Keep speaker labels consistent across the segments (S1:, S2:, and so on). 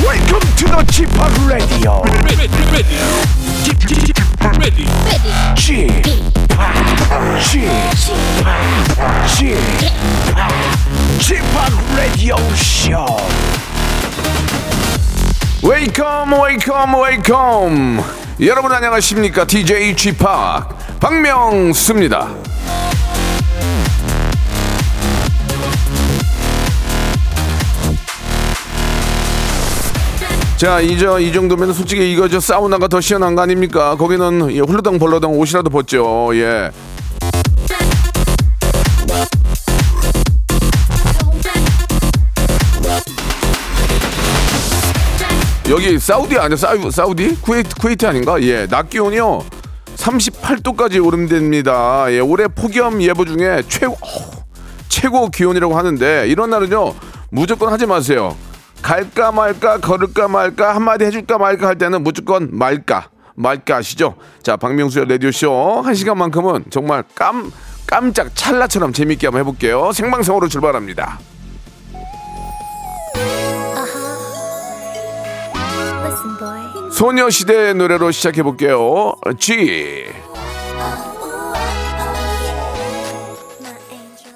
S1: Welcome to the g p o p Radio.
S2: ready, ready, ready, ready.
S1: g p o p g p o p g p o p Radio Show. Welcome, welcome, welcome. 여러분 안녕하십니까? DJ g p o p 박명수입니다. 자, 이저 이 정도면 솔직히 이거 저 사우나가 더 시원한 거 아닙니까? 거기는 예, 훌러덩 벌러덩 옷이라도 벗죠. 예. 여기 사우디 아니야? 사우, 사우디? 쿠웨이트, 쿠웨이트 아닌가? 예. 낮 기온이요. 38도까지 오름됩니다. 예, 올해 폭염 예보 중에 최고 어우, 최고 기온이라고 하는데 이런 날은요 무조건 하지 마세요. 갈까 말까 걸을까 말까 한마디 해줄까 말까 할 때는 무조건 말까 말까 아시죠? 자 박명수의 라디오 쇼한 시간만큼은 정말 깜 깜짝 찰나처럼 재밌게 한번 해볼게요. 생방송으로 출발합니다.
S3: Listen, boy.
S1: 소녀시대의 노래로 시작해 볼게요. G.
S3: My angel.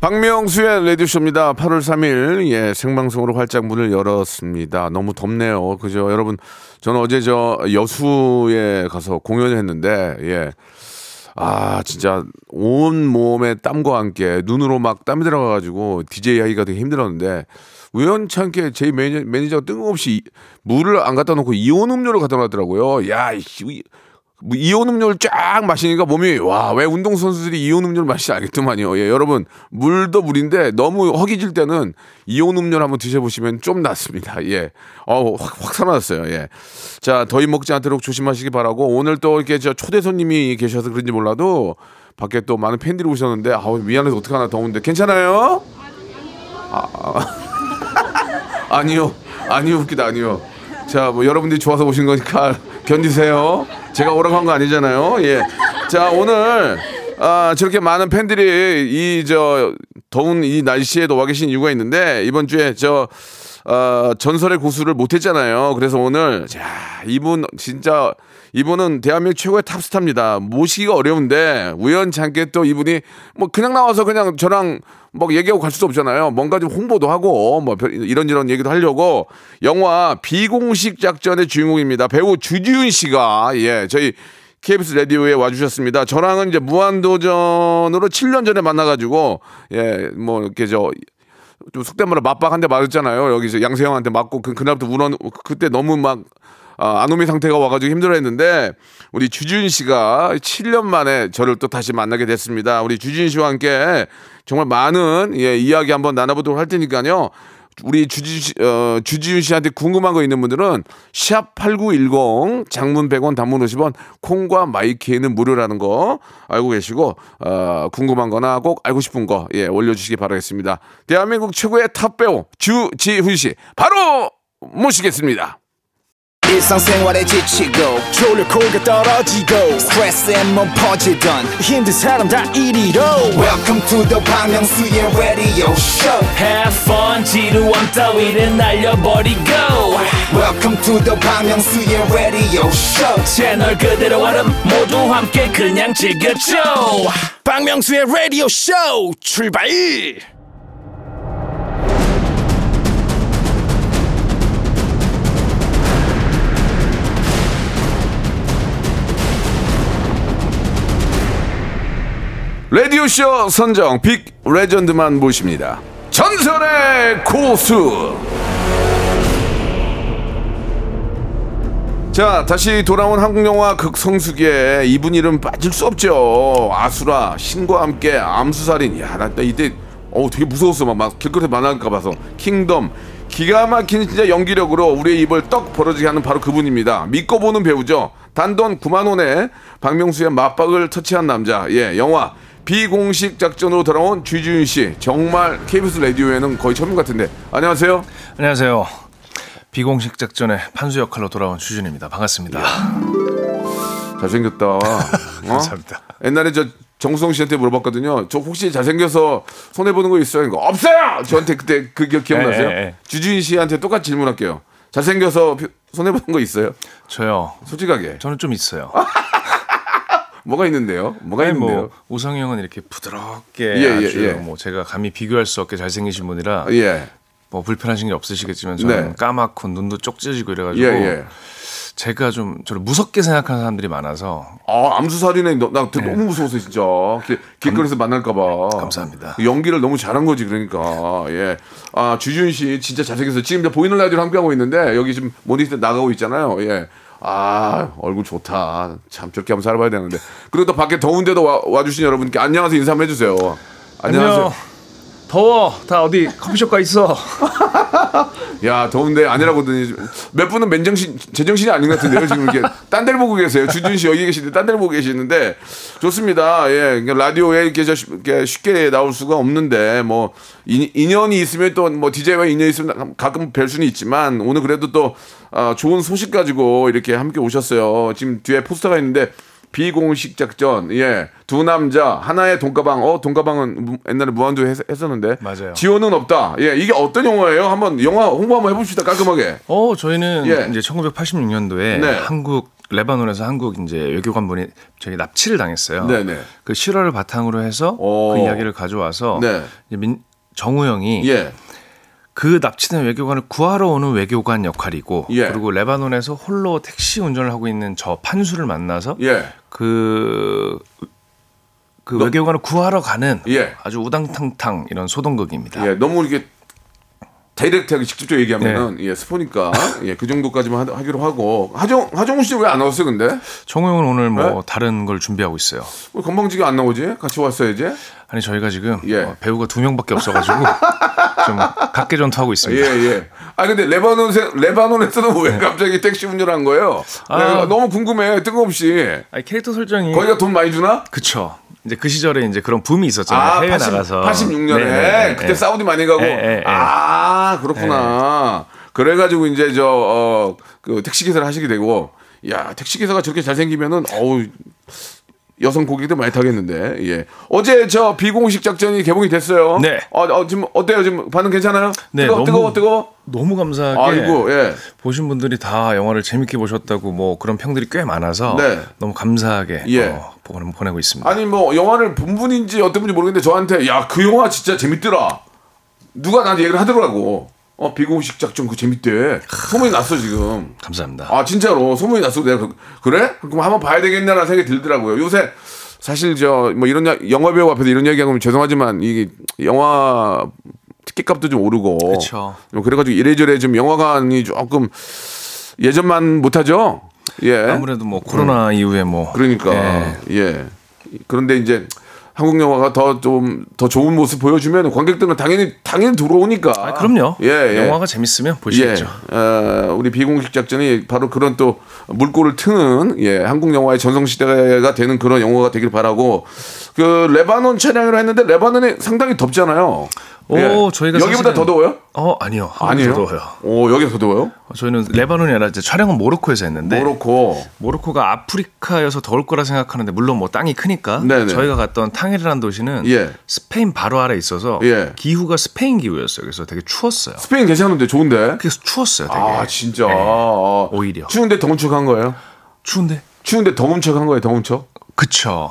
S1: 박명수의 레디쇼입니다. 8월 3일 예 생방송으로 활짝 문을 열었습니다. 너무 덥네요. 그죠? 여러분 저는 어제 저 여수에 가서 공연을 했는데 예. 아 진짜 온 몸에 땀과 함께 눈으로 막 땀이 들어가가지고 DJ 하기가 되게 힘들었는데 우연찮게 제 매니저, 매니저가 뜬금없이 이- 물을 안 갖다 놓고 이온 음료를 갖다 놨더라고요. 야 이씨 이- 뭐 이온 음료를 쫙 마시니까 몸이 와 왜 운동 선수들이 이온 음료를 마시지 않겠더만요. 예, 여러분 물도 물인데 너무 허기질 때는 이온 음료를 한번 드셔보시면 좀 낫습니다. 예, 어확 확 살아났어요. 예, 자 더위 먹지 않도록 조심하시기 바라고 오늘 또 이렇게 저 초대 손님이 계셔서 그런지 몰라도 밖에 또 많은 팬들이 오셨는데 아우 미안해서 어떡하나 더운데 괜찮아요? 아니요, 아니요, 웃기다, 아니요. 자, 뭐 여러분들이 좋아서 오신 거니까 견디세요. 제가 오라고 한 거 아니잖아요. 예. 자, 오늘 아, 저렇게 많은 팬들이 이 저 더운 이 날씨에도 와 계신 이유가 있는데 이번 주에 저 어, 전설의 고수를 못했잖아요. 그래서 오늘 자 이분 진짜 이분은 대한민국 최고의 탑스타입니다. 모시기가 어려운데 우연찮게 또 이분이 뭐 그냥 나와서 그냥 저랑 막 얘기하고 갈 수도 없잖아요. 뭔가 좀 홍보도 하고 뭐 별- 이런저런 얘기도 하려고 영화 비공식 작전의 주인공입니다. 배우 주지훈 씨가 예 저희 KBS 라디오에 와주셨습니다. 저랑은 이제 무한도전으로 7년 전에 만나가지고 예 뭐 이렇게 저 좀 속된 말로 맞박 한 대 맞았잖아요. 여기서 양세형한테 맞고 그, 그날부터 울어 그때 너무 막 아, 아노미 상태가 와가지고 힘들어했는데 우리 주준 씨가 7년 만에 저를 또 다시 만나게 됐습니다. 우리 주준 씨와 함께 정말 많은 예, 이야기 한번 나눠보도록 할 테니까요. 우리 주지, 씨- 어, 주지훈 씨한테 궁금한 거 있는 분들은 샵8910 장문 100원 단문 50원 콩과 마이키에는 무료라는 거 알고 계시고 어, 궁금한 거나 꼭 알고 싶은 거 예, 올려주시기 바라겠습니다. 대한민국 최고의 탑배우 주지훈 씨 바로 모시겠습니다.
S4: 일상생활에 지치고, 졸려 코가 떨어지고, 스트레스에 몸 퍼지던, 힘든 사람 다 이리로. welcome to the Bang Myung-soo's radio show
S5: Have fun 지루함 따위를 날려버리고
S4: welcome to the Bang Myung-soo's radio show
S5: 채널 그대로 얼음 모두 함께 그냥 즐겨줘
S4: 박명수의 라디오 쇼 출발
S1: 라디오쇼 선정 빅 레전드만 모십니다. 전설의 고수! 자, 다시 돌아온 한국영화 극성수기에 이분 이름 빠질 수 없죠. 아수라, 신과 함께 암수살인. 야, 나, 나 이때, 어우, 되게 무서웠어. 막, 막 길거리에 만날까 봐서. 킹덤. 기가 막힌 진짜 연기력으로 우리의 입을 떡 벌어지게 하는 바로 그분입니다. 믿고 보는 배우죠. 단돈 9만원에 박명수의 맞박을 터치한 남자. 예, 영화. 비공식 작전으로 돌아온 주지훈 씨. 정말 KBS 라디오에는 거의 처음 같은데. 안녕하세요.
S6: 안녕하세요. 비공식 작전의 판수 역할로 돌아온 주준입니다. 반갑습니다.
S1: 잘생겼다. 어?
S6: 감사합니다.
S1: 옛날에 저 정수성 씨한테 물어봤거든요. 저 혹시 잘생겨서 손해 보는 거 있어요? 이거 없어요. 저한테 그때 그게 기억나세요?
S6: 예, 예, 예.
S1: 주주인 씨한테 똑같이 질문할게요. 잘생겨서 손해 보는 거 있어요?
S6: 저요.
S1: 솔직하게
S6: 저는 좀 있어요.
S1: 뭐가 있는데요? 뭐가
S6: 아니,
S1: 아, 있는데요?
S6: 뭐 우성이 형은 이렇게 부드럽게
S1: 예, 예,
S6: 아주
S1: 예.
S6: 뭐 제가 감히 비교할 수 없게 잘생기신 분이라
S1: 예.
S6: 뭐 불편하신 게 없으시겠지만 저는
S1: 네.
S6: 까맣고 눈도 쪽지지고
S1: 예,
S6: 이래가지고
S1: 예.
S6: 제가 좀 저를 무섭게 생각하는 사람들이 많아서
S1: 아, 암수살이네. 너- 나 그때 너무 무서웠어, 진짜. 길- 길거리에서 만날까봐. 그
S6: 감사합니다.
S1: 연기를 너무 잘한 거지, 그러니까. 예. 아, 주준 씨, 진짜 잘생겼어요. 지금 이제 보이는 라디오로 함께하고 있는데, 여기 지금 모니터 나가고 있잖아요. 예. 아, 얼굴 좋다. 참, 저렇게 한번 살아봐야 되는데. 그리고 또 밖에 더운데도 와, 와주신 여러분께 안녕하세요 인사 한번 해주세요. 안녕하세요.
S6: 안녕. 더워 다 어디 커피숍 가 있어
S1: 야, 더운데 아니라거든요. 몇 분은 맨정신, 제정신이 아닌 것 같은데요. 지금 이렇게 딴 데를 보고 계세요. 주준 씨 여기 계시는데 딴 데를 보고 계시는데 좋습니다. 예. 그러니까 라디오에 이렇게, 저 쉽- 이렇게 쉽게 나올 수가 없는데 뭐 인, 인연이 있으면 또 뭐 DJ와 인연이 있으면 가끔 뵐 수는 있지만 오늘 그래도 또 아, 좋은 소식 가지고 이렇게 함께 오셨어요. 지금 뒤에 포스터가 있는데 비공식 작전, 예, 두 남자 하나의 돈가방, 어 돈가방은 무- 옛날에 무한도 했, 했었는데
S6: 맞아요.
S1: 지호는 없다. 예, 이게 어떤 영화예요? 한번 영화 홍보 한번 해봅시다 깔끔하게.
S6: 어 저희는
S1: 예.
S6: 이제 1986년도에
S1: 네.
S6: 한국 레바논에서 한국 이제 외교관분이 저희 납치를 당했어요.
S1: 네네.
S6: 그 실화를 바탕으로 해서
S1: 오.
S6: 그 이야기를 가져와서
S1: 네.
S6: 이제 민, 정우영이
S1: 예,
S6: 그 납치된 외교관을 구하러 오는 외교관 역할이고
S1: 예.
S6: 그리고 레바논에서 홀로 택시 운전을 하고 있는 저 판수를 만나서
S1: 예.
S6: 그. 그
S1: 너-
S6: 외교관을 구하러 가는
S1: 예.
S6: 아주 우당탕탕 이런 소동극입니다.
S1: 예, 너무 이렇게 다이렉트하게 직접적으로 얘기하면은 예, 스포니까 예, 그 정도까지만 하, 하기로 하고 하정 하정우 씨 왜 안 나왔어요 근데
S6: 정우영은 오늘 뭐
S1: 네?
S6: 다른 걸 준비하고 있어요.
S1: 왜 건방지게 안 나오지? 같이 왔어야지.
S6: 아니 저희가 지금
S1: 예.
S6: 어, 배우가 두 명밖에 없어가지고 좀 각계전투하고
S1: 예,
S6: 있습니다.
S1: 예. 아 근데 레바논 세- 레바논에서는 왜 갑자기 택시 운전한 거예요?
S6: 아.
S1: 내가 너무 궁금해. 뜬금없이.
S6: 아니, 캐릭터 설정이
S1: 거기가 돈 많이 주나?
S6: 그쵸. 이제 그 시절에 이제 그런 붐이 있었잖아요.
S1: 아,
S6: 네, 해외
S1: 80,
S6: 나가서 네,
S1: 86년에 그때 사우디 많이 가고
S6: 예, 예, 예.
S1: 아 그렇구나 그래가지고 이제 저어그 택시 기사를 하시게 되고 야 택시 기사가 저렇게 잘생기면은 어우 여성 고객들 많이 타겠는데 예 어제 저 비공식 작전이 개봉이 됐어요
S6: 네.
S1: 어, 어, 지금 어때요 지금 반응 괜찮아요
S6: 네,
S1: 뜨거
S6: 너무-
S1: 뜨거워 뜨거워
S6: 너무 감사하게
S1: 아이고 예
S6: 보신 분들이 다 영화를 재밌게 보셨다고 뭐 그런 평들이 꽤 많아서
S1: 네.
S6: 너무 감사하게
S1: 예.
S6: 어, 보내- 보내고 있습니다.
S1: 아니 뭐 영화를 본 분인지 어떤 분인지 모르겠는데 저한테 야 그 영화 진짜 재밌더라. 누가 나한테 얘기를 하더라고. 어 비공식 작전 그 재밌대. 소문이 났어 지금.
S6: 감사합니다.
S1: 아 진짜로 소문이 났어. 내가 그- 그래? 그럼 한번 봐야 되겠냐라는 생각이 들더라고요. 요새 사실 저 뭐 이런 야- 영화 배우 앞에서 이런 얘기하면 죄송하지만 이게 영화 티켓값도 좀 오르고
S6: 그쵸.
S1: 좀 그래가지고 이래저래 좀 영화관이 조금 예전만 못하죠. 예.
S6: 아무래도 뭐 코로나 이후에 뭐
S1: 음. 그러니까
S6: 예.
S1: 예. 그런데 이제 한국 영화가 더 좀 더 좋은 모습 보여주면 관객들은 당연히 당연히 들어오니까.
S6: 아, 그럼요.
S1: 예, 예.
S6: 영화가 재밌으면
S1: 예,
S6: 보시겠죠.
S1: 어, 우리 비공식 작전이 바로 그런 또 물꼬를 트는 예, 한국 영화의 전성시대가 되는 그런 영화가 되길 바라고 그 레바논 촬영을 했는데 레바논이 상당히 덥잖아요. 예.
S6: 오, 저희가
S1: 여기보다
S6: 사실은-
S1: 더 더워요?
S6: 어 아니요
S1: 아니에요.
S6: 더워요.
S1: 오, 여기가 더 더워요?
S6: 저희는 레바논이 아니라 이제 촬영은 모로코에서 했는데
S1: 모로코.
S6: 모로코가 아프리카여서 더울 거라 생각하는데 물론 뭐 땅이 크니까
S1: 네네.
S6: 저희가 갔던 탕헤르라는 도시는
S1: 예.
S6: 스페인 바로 아래 있어서
S1: 예.
S6: 기후가 스페인 기후였어요. 그래서 되게 추웠어요.
S1: 스페인 괜찮은데 좋은데.
S6: 그래서 추웠어요. 되게
S1: 아, 진짜.
S6: 예.
S1: 아,
S6: 오히려.
S1: 추운데 더운 척한 거예요?
S6: 추운데
S1: 추운데 더운 척 한 거예요, 더운 척?
S6: 그쵸.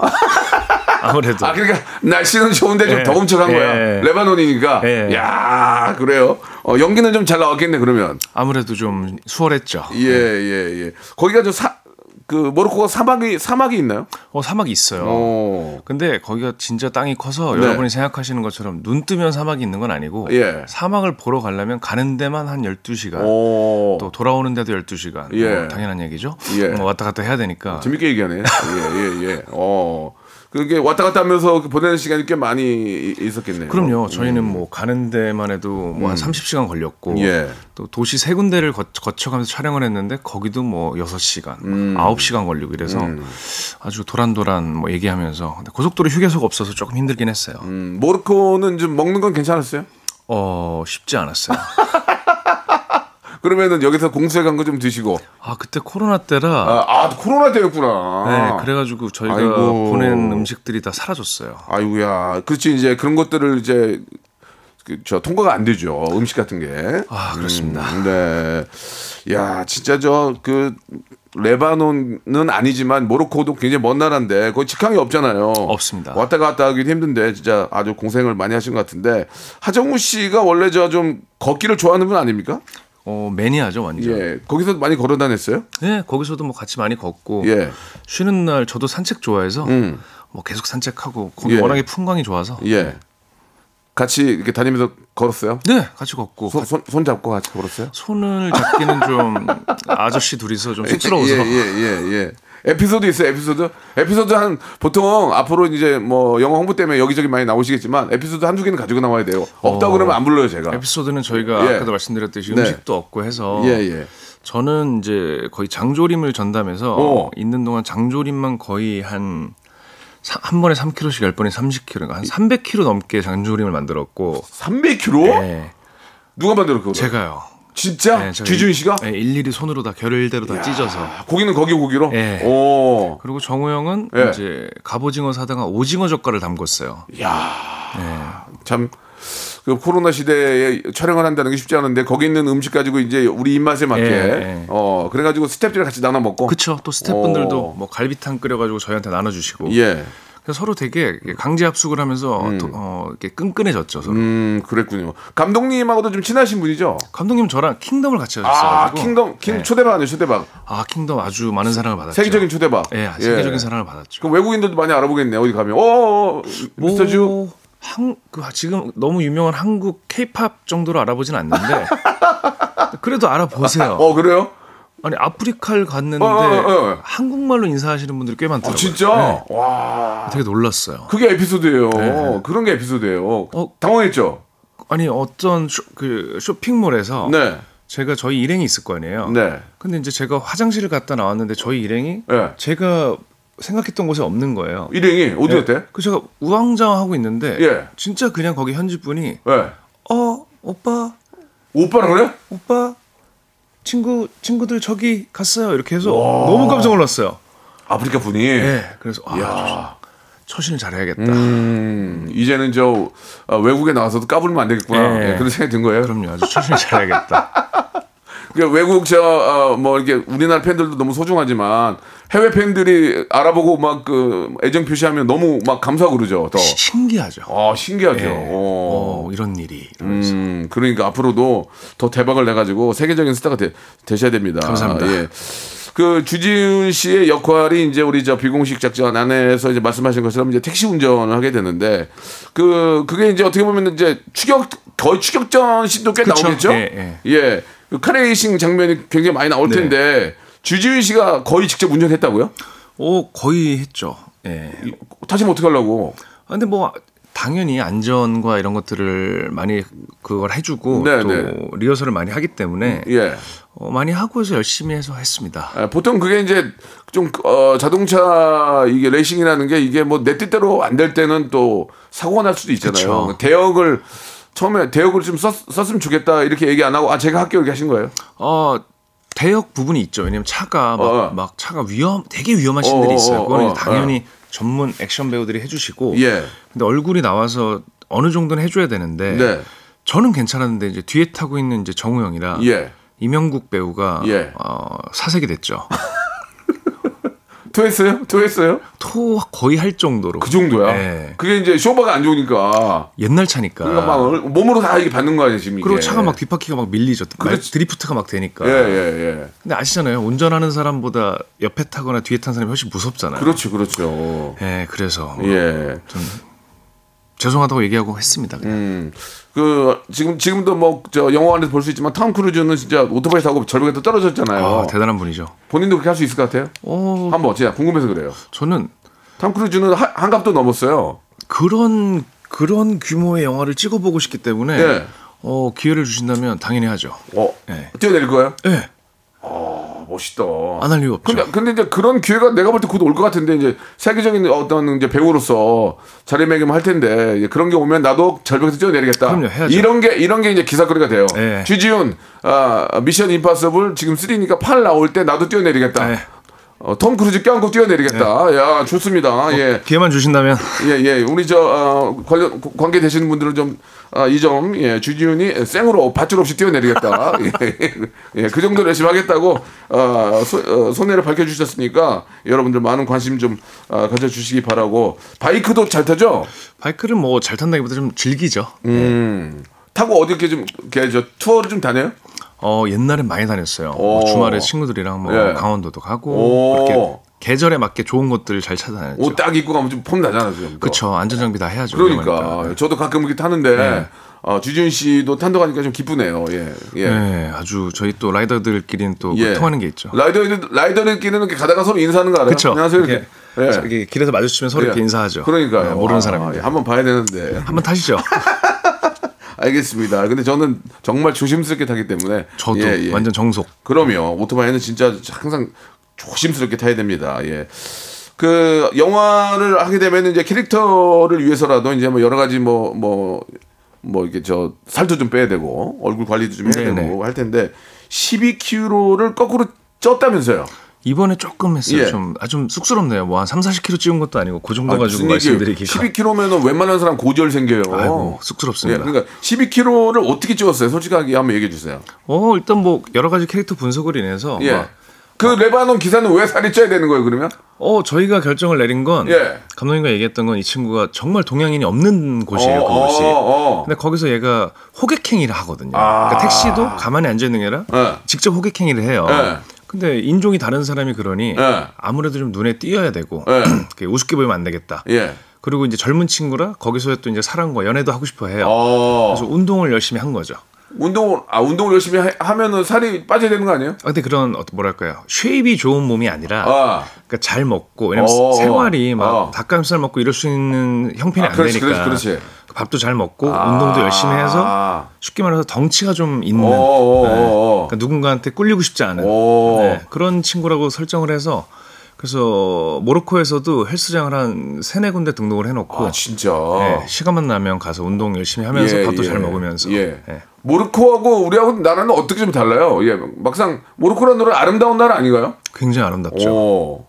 S6: 아무래도
S1: 아, 그러니까 날씨는 좋은데 좀
S6: 예.
S1: 더운 척 한 거야.
S6: 예.
S1: 레바논이니까.
S6: 예.
S1: 야 그래요. 어, 연기는 좀 잘 나왔겠네, 그러면.
S6: 아무래도 좀 수월했죠.
S1: 예, 예, 예. 거기가 좀 사, 그, 모로코가 사막이, 사막이 있나요?
S6: 어 사막이 있어요.
S1: 어.
S6: 근데 거기가 진짜 땅이 커서
S1: 네.
S6: 여러분이 생각하시는 것처럼 눈 뜨면 사막이 있는 건 아니고
S1: 예.
S6: 사막을 보러 가려면 가는 데만 한 12시간
S1: 오.
S6: 또 돌아오는 데도 12시간
S1: 예.
S6: 뭐 당연한 얘기죠.
S1: 예. 어,
S6: 뭐 왔다 갔다 해야 되니까
S1: 재밌게 얘기하네. 예, 예, 예. 어. 그게 왔다 갔다 하면서 보내는 시간이 꽤 많이 이- 있었겠네요.
S6: 그럼요. 저희는 뭐 가는 데만 해도 뭐 한 30시간 걸렸고
S1: 음. 예.
S6: 또 도시 세 군데를 거- 거쳐가면서 촬영을 했는데 거기도 뭐 6시간,
S1: 음.
S6: 아홉 9시간 걸리고 이래서 아주 도란도란 뭐 얘기하면서 근데 고속도로 휴게소가 없어서 조금 힘들긴 했어요.
S1: 음, 모로코는 좀 먹는 건 괜찮았어요?
S6: 어, 쉽지 않았어요.
S1: 그러면은 여기서 공수해 간 거 좀 드시고.
S6: 아 그때 코로나 때라
S1: 아, 아, 코로나 때였구나.
S6: 네, 그래가지고 저희가
S1: 아이고.
S6: 보낸 음식들이 다 사라졌어요.
S1: 아이고야. 그렇지 이제 그런 것들을 이제 그, 저 통과가 안 되죠. 음식 같은 게.
S6: 아, 그렇습니다.
S1: 음, 네. 야, 진짜 저 그 레바논은 아니지만 모로코도 굉장히 먼 나라인데 거기 직항이 없잖아요.
S6: 없습니다.
S1: 왔다 갔다 하기 힘든데 진짜 아주 고생을 많이 하신 것 같은데 하정우 씨가 원래 저 좀 걷기를 좋아하는 분 아닙니까?
S6: 어 매니아죠 완전.
S1: 예. 거기서 많이 걸어 다녔어요?
S6: 네, 거기서도 뭐 같이 많이 걷고
S1: 예.
S6: 쉬는 날 저도 산책 좋아해서
S1: 음.
S6: 뭐 계속 산책하고 거기
S1: 예.
S6: 워낙에 풍광이 좋아서
S1: 예. 같이 이렇게 다니면서 걸었어요?
S6: 네 같이 걷고
S1: 손, 손, 손 잡고 같이 걸었어요?
S6: 손을 잡기는 좀 아저씨 둘이서 좀 쑥스러워서
S1: 예, 예, 예, 예. 에피소드 있어요, 에피소드? 에피소드 한, 보통 앞으로 이제 뭐 영화 홍보 때문에 여기저기 많이 나오시겠지만 에피소드 한두 개는 가지고 나와야 돼요. 없다고
S6: 어.
S1: 그러면 안 불러요, 제가.
S6: 에피소드는 저희가
S1: 예.
S6: 아까도 말씀드렸듯이
S1: 네.
S6: 음식도 없고 해서
S1: 예, 예.
S6: 저는 이제 거의 장조림을 전담해서
S1: 어.
S6: 있는 동안 장조림만 거의 한 사- 한 번에 3kg씩 열 번에 30kg, 한 300kg 넘게 장조림을 만들었고,
S1: 300kg?
S6: 예,
S1: 누가 만들어, 그거?
S6: 제가요.
S1: 진짜?
S6: 예, 제가
S1: 지준 씨가?
S6: 예, 일일이 손으로 다 결일대로 다 찢어서.
S1: 아, 고기는 거기 고기로?
S6: 예.
S1: 오.
S6: 그리고 정우 형은
S1: 예.
S6: 이제 갑오징어 사다가 오징어 젓갈을 담궜어요. 예.
S1: 참. 그 코로나 시대에 촬영을 한다는 게 쉽지 않은데 거기 있는 음식 가지고 이제 우리 입맛에 맞게
S6: 예, 예.
S1: 어 그래가지고 스태프들이랑 같이 나눠 먹고
S6: 그쵸? 또 스태프분들도
S1: 오.
S6: 뭐 갈비탕 끓여가지고 저희한테 나눠주시고.
S1: 어. 예.
S6: 그래서 서로 되게 강제 합숙을 하면서 또, 어, 이렇게 끈끈해졌죠. 서로.
S1: 음 그랬군요. 감독님하고도 좀 친하신 분이죠?
S6: 감독님 저랑 킹덤을 같이 하셨어요.
S1: 아 킹덤
S6: 네.
S1: 킹 초대박 아니에요 초대박
S6: 아 킹덤 아주 많은 사랑을 받았죠.
S1: 세계적인 초대박
S6: 예, 세계적인 사랑을 받았죠.
S1: 그럼 외국인들도 많이 알아보겠네 어디 가면 어어
S6: 뭐,
S1: 미스터 주
S6: 한그 지금 너무 유명한 한국 케이팝 정도로 알아보진 않는데 그래도 알아보세요.
S1: 어 그래요
S6: 아니 아프리카를 갔는데
S1: 어, 어, 어, 어.
S6: 한국말로 인사하시는 분들이 꽤
S1: 아
S6: 많더라고요.
S1: 진짜
S6: 네,
S1: 와
S6: 되게 놀랐어요.
S1: 그게 에피소드예요
S6: 네.
S1: 그런 게 에피소드예요
S6: 어.
S1: 당황했죠
S6: 아니 어떤 쇼, 그 쇼핑몰에서
S1: 네
S6: 제가 저희 일행이 있을 거 아니에요.
S1: 네.
S6: 근데 이제 제가 화장실을 갔다 나왔는데 저희 일행이
S1: 네.
S6: 제가 생각했던 곳에 없는 거예요.
S1: 일행이 어디 갔대
S6: 그 제가 우왕좌왕하고 있는데
S1: 예.
S6: 진짜 그냥 거기 현지 분이
S1: 예
S6: 어 오빠
S1: 오빠라 그래
S6: 오빠 친구 친구들 저기 갔어요 이렇게 해서 너무 깜짝 놀랐어요.
S1: 아프리카 분이
S6: 예. 그래서 아
S1: 야.
S6: 조심. 처신을 잘해야겠다.
S1: 음, 이제는 저 아, 외국에 나와서도 까불면 안 되겠구나
S6: 예.
S1: 예, 그런 생각이 든 거예요
S6: 그럼요. 아주 처신을
S1: 어.
S6: 잘해야겠다.
S1: 그러니까 외국 저 뭐 이렇게 우리나라 팬들도 너무 소중하지만 해외 팬들이 알아보고 막 그 애정 표시하면 너무 막 감사하고 그러죠. 더.
S6: 시- 신기하죠.
S1: 아 신기하죠.
S6: 예.
S1: 어.
S6: 어, 이런 일이.
S1: 음, 그러니까 앞으로도 더 대박을 내가지고 세계적인 스타가 되, 되셔야 됩니다.
S6: 감사합니다.
S1: 예. 그 주지훈 씨의 역할이 이제 우리 저 비공식 작전 안에서 이제 말씀하신 것처럼 이제 택시 운전을 하게 되는데 그 그게 이제 어떻게 보면 이제 추격 거의 추격전 씬도 꽤
S6: 그쵸?
S1: 나오겠죠.
S6: 예,
S1: 예. 그 카레이싱 장면이 굉장히 많이 나올
S6: 네.
S1: 텐데 주지훈 씨가 거의 직접 운전했다고요?
S6: 오 거의 했죠. 예.
S1: 다시 어떻게 하려고?
S6: 아, 근데 뭐 당연히 안전과 이런 것들을 많이 그걸 해주고
S1: 네,
S6: 또
S1: 네.
S6: 리허설을 많이 하기 때문에
S1: 예.
S6: 어, 많이 하고 해서 열심히 해서 했습니다.
S1: 아, 보통 그게 이제 좀 어, 자동차 이게 레이싱이라는 게 이게 뭐 내 뜻대로 안 될 때는 또 사고가 날 수도 있잖아요. 뭐
S6: 그쵸.
S1: 대역을 처음에 대역을 좀 썼, 썼으면 좋겠다 이렇게 얘기 안 하고 아 제가 할게요 이렇게 하신 거예요.
S6: 어 대역 부분이 있죠. 왜냐면 차가 막,
S1: 어.
S6: 막 차가 위험, 되게 위험한 신들이
S1: 어,
S6: 있어요. 그건
S1: 어,
S6: 이제
S1: 어,
S6: 당연히 전문 액션 배우들이 해주시고.
S1: 예.
S6: 근데 얼굴이 나와서 어느 정도는 해줘야 되는데.
S1: 네.
S6: 저는 괜찮았는데 이제 뒤에 타고 있는 이제 정우 형이랑
S1: 예.
S6: 이명국 배우가
S1: 예.
S6: 어, 사색이 됐죠.
S1: 토했어요? 토했어요?
S6: 토 거의 할 정도로.
S1: 그 정도야.
S6: 예.
S1: 그게 이제 쇼바가 안 좋으니까
S6: 옛날 차니까.
S1: 그러니까 막 얼- 몸으로 다 이게 받는 거 아니에요 지금 이게.
S6: 아. 그리고 차가 막 뒷바퀴가 막 밀리죠. 말-
S1: 그렇지.
S6: 드리프트가 막 되니까.
S1: 예, 예, 예.
S6: 근데 아시잖아요. 운전하는 사람보다 옆에 타거나 뒤에 탄 사람이 훨씬 무섭잖아요.
S1: 그렇죠, 그렇죠.
S6: 예, 그래서
S1: 예.
S6: 죄송하다고 얘기하고 했습니다. 그냥.
S1: 음. 그 지금 지금도 뭐 저 영화 안에서 볼 수 있지만 톰 크루즈는 진짜 오토바이 타고 절벽에 또 떨어졌잖아요.
S6: 아, 대단한 분이죠.
S1: 본인도 그렇게 할 수 있을 것 같아요?
S6: 어,
S1: 한번 제가 궁금해서 그래요.
S6: 저는
S1: 톰 크루즈는 하- 한갑도 넘었어요.
S6: 그런 그런 규모의 영화를 찍어보고 싶기 때문에
S1: 예.
S6: 어, 기회를 주신다면 당연히 하죠.
S1: 어,
S6: 네.
S1: 뛰어내릴 거예요?
S6: 예.
S1: 멋있다.
S6: 안할 이유 없죠.
S1: 아, 근데, 근데 이제 그런 기회가 내가 볼 때 곧 올 것 같은데 이제 세계적인 어떤 이제 배우로서 자리매김 할 텐데 이제 그런 게 오면 나도 절벽에서 뛰어내리겠다.
S6: 그럼요, 해야죠.
S1: 이런 게 이런 게 이제 기사거리가 돼요.
S6: 예.
S1: 주지훈 아, 미션 임파서블 지금 3니까 팔 나올 때 나도 뛰어내리겠다.
S6: 예.
S1: 어, 톰 크루즈 껴안고 뛰어내리겠다.
S6: 네.
S1: 야 좋습니다. 예.
S6: 기회만 주신다면
S1: 예, 예. 우리 저, 어, 관련, 관계 되시는 분들은 좀, 아, 이 점, 예, 주지훈이 생으로 밧줄 없이 뛰어내리겠다. 예, 예, 그 정도로 열심히 하겠다고, 어, 소, 어, 손해를 밝혀주셨으니까, 여러분들 많은 관심 좀, 아, 가져주시기 바라고. 바이크도 잘 타죠?
S6: 바이크를 뭐 잘 탄다기보다 좀 즐기죠.
S1: 타고 어디 이렇게 좀, 이렇게 저, 투어를 좀 다녀요?
S6: 어 옛날에 많이 다녔어요.
S1: 오.
S6: 뭐 주말에 친구들이랑 뭐
S1: 예.
S6: 강원도도
S1: 오.
S6: 가고 이렇게 계절에 맞게 좋은 곳들 잘 찾아다녔죠.
S1: 옷 딱 입고 가면 좀 폼 나잖아, 지금. 또.
S6: 그쵸 안전 장비 다 해야죠.
S1: 그러니까.
S6: 위험하니까. 네.
S1: 저도 가끔 이렇게 타는데, 어, 주지훈 씨도 탄다고 하니까 좀 기쁘네요. 예, 예.
S6: 네, 아주 저희 또 라이더들끼리는 또뭐 통하는 게 있죠.
S1: 라이더 예. 라이더들끼리는 이렇게 가다가 서로 인사하는 거 알아요?
S6: 그쵸
S1: 안녕하세요 이렇게. 예.
S6: 자, 이렇게 길에서 마주치면
S1: 예.
S6: 서로 이렇게 인사하죠.
S1: 그러니까요.
S6: 네, 모르는
S1: 아,
S6: 사람인데
S1: 예, 한번 봐야 되는데.
S6: 한번 타시죠.
S1: 알겠습니다. 근데 저는 정말 조심스럽게 타기 때문에.
S6: 저도
S1: 예, 예.
S6: 완전 정속.
S1: 그럼요. 오토바이는 진짜 항상 조심스럽게 타야 됩니다. 예. 그 영화를 하게 되면 이제 캐릭터를 위해서라도 이제 뭐 여러 가지 뭐 뭐 뭐 이렇게 저 살도 좀 빼야 되고 얼굴 관리도 좀 해야
S6: 네네.
S1: 되고 할 텐데 12kg를 거꾸로 쪘다면서요?
S6: 이번에 조금 했어요.
S1: 예.
S6: 좀, 아, 좀 쑥스럽네요. 뭐 한 3, 40kg 찌운 것도 아니고 그 정도
S1: 아,
S6: 가지고
S1: 무슨 얘기예요?
S6: 말씀드리기가.
S1: 12kg면은 웬만한 사람 고지혈 생겨요.
S6: 아이고,
S1: 예,
S6: 쑥스럽습니다.
S1: 그러니까 12kg를 어떻게 찌웠어요? 솔직하게 한번 얘기해 주세요.
S6: 어, 일단 뭐 여러 가지 캐릭터 분석을 인해서
S1: 예.
S6: 막,
S1: 그 레바논 기사는 왜 살이 쪄야 되는 거예요, 그러면?
S6: 어, 저희가 결정을 내린 건
S1: 예.
S6: 감독님과 얘기했던 건 이 친구가 정말 동양인이 없는 곳이에요,
S1: 어,
S6: 그곳이.
S1: 어, 어.
S6: 근데 거기서 얘가 호객행위를 하거든요.
S1: 아.
S6: 그러니까 택시도 가만히 앉아 있는 게 아니라
S1: 예.
S6: 직접 호객행위를 해요.
S1: 예.
S6: 근데 인종이 다른 사람이 그러니
S1: 예.
S6: 아무래도 좀 눈에 띄어야 되고
S1: 예.
S6: 그게 우습게 보이면 안 되겠다.
S1: 예.
S6: 그리고 이제 젊은 친구라 거기서 또 이제 사랑과 연애도 하고 싶어 해요.
S1: 어.
S6: 그래서 운동을 열심히 한 거죠.
S1: 운동을 아, 운동을 열심히 하, 하면은 살이 빠져야 되는 거 아니에요?
S6: 아, 근데 그런 어떤 뭐랄까요 쉐입이 좋은 몸이 아니라
S1: 아.
S6: 그러니까 잘 먹고 왜냐면
S1: 어.
S6: 생활이 막
S1: 어.
S6: 닭가슴살 먹고 이럴 수 있는 형편이
S1: 아,
S6: 안
S1: 그렇지,
S6: 되니까
S1: 그렇지, 그렇지.
S6: 밥도 잘 먹고 아. 운동도 열심히 해서
S1: 아.
S6: 쉽게 말해서 덩치가 좀 있는
S1: 어, 어,
S6: 네.
S1: 어, 어.
S6: 그러니까 누군가한테 꿀리고 싶지 않은
S1: 오.
S6: 네, 그런 친구라고 설정을 해서 그래서 모로코에서도 헬스장을 한 세네 군데 등록을 해놓고
S1: 아, 진짜.
S6: 네, 시간만 나면 가서 운동 열심히 하면서 밥도 잘 먹으면서
S1: 예.
S6: 네.
S1: 모로코하고 우리하고 나라는 어떻게 좀 달라요? 예. 막상 모로코라는 나라 아름다운 나라 아닌가요?
S6: 굉장히 아름답죠.
S1: 오.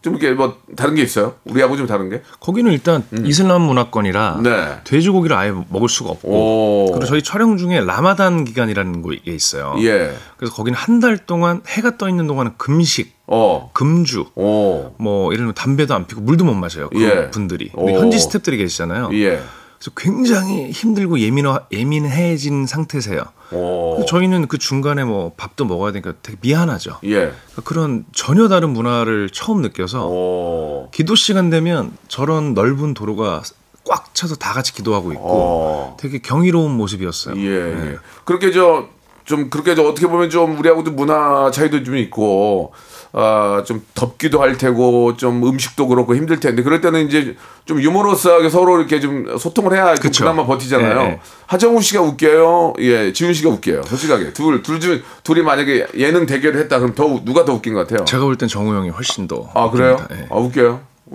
S1: 좀 이렇게 뭐 다른 게 있어요? 우리하고 좀 다른 게?
S6: 거기는 일단 이슬람 문화권이라
S1: 음. 네.
S6: 돼지고기를 아예 먹을 수가 없고
S1: 오.
S6: 그리고 저희 촬영 중에 라마단 기간이라는 게 있어요.
S1: 어. 예.
S6: 그래서 거기는 한 달 동안 해가 떠 있는 동안은 금식,
S1: 어.
S6: 금주,
S1: 오.
S6: 뭐 예를 들면 담배도 안 피고 물도 못 마셔요. 그
S1: 예.
S6: 분들이 근데
S1: 오.
S6: 현지 스태프들이 계시잖아요.
S1: 예.
S6: 그래서 굉장히 힘들고 예민어, 예민해진 상태세요.
S1: 오.
S6: 근데 저희는 그 중간에 뭐 밥도 먹어야 되니까 되게 미안하죠.
S1: 예.
S6: 그러니까 그런 전혀 다른 문화를 처음 느껴서
S1: 어. 오.
S6: 기도 시간 되면 저런 넓은 도로가 꽉 차서 다 같이 기도하고 있고
S1: 오.
S6: 되게 경이로운 모습이었어요.
S1: 어. 예.
S6: 네.
S1: 예. 그렇게 저 좀 그렇게 저 어떻게 보면 좀 우리하고도 문화 차이도 좀 있고 아, 좀 덥기도 할 테고 좀 음식도 그렇고 힘들 텐데 그럴 때는 이제 좀 유머러스하게 서로 이렇게 좀 소통을 해야 좀
S6: 그쵸.
S1: 그나마 버티잖아요.
S6: 예, 예.
S1: 하정우 씨가 웃겨요. 예, 지훈 씨가 웃겨요. 솔직하게 둘둘중 둘이 만약에 예능 대결을 했다 그럼 더 우- 누가 더 웃긴 것 같아요?
S6: 제가 볼 땐 정우 형이 훨씬 더.
S1: 아 그래요?
S6: 웃깁니다. 예.
S1: 아 웃겨요?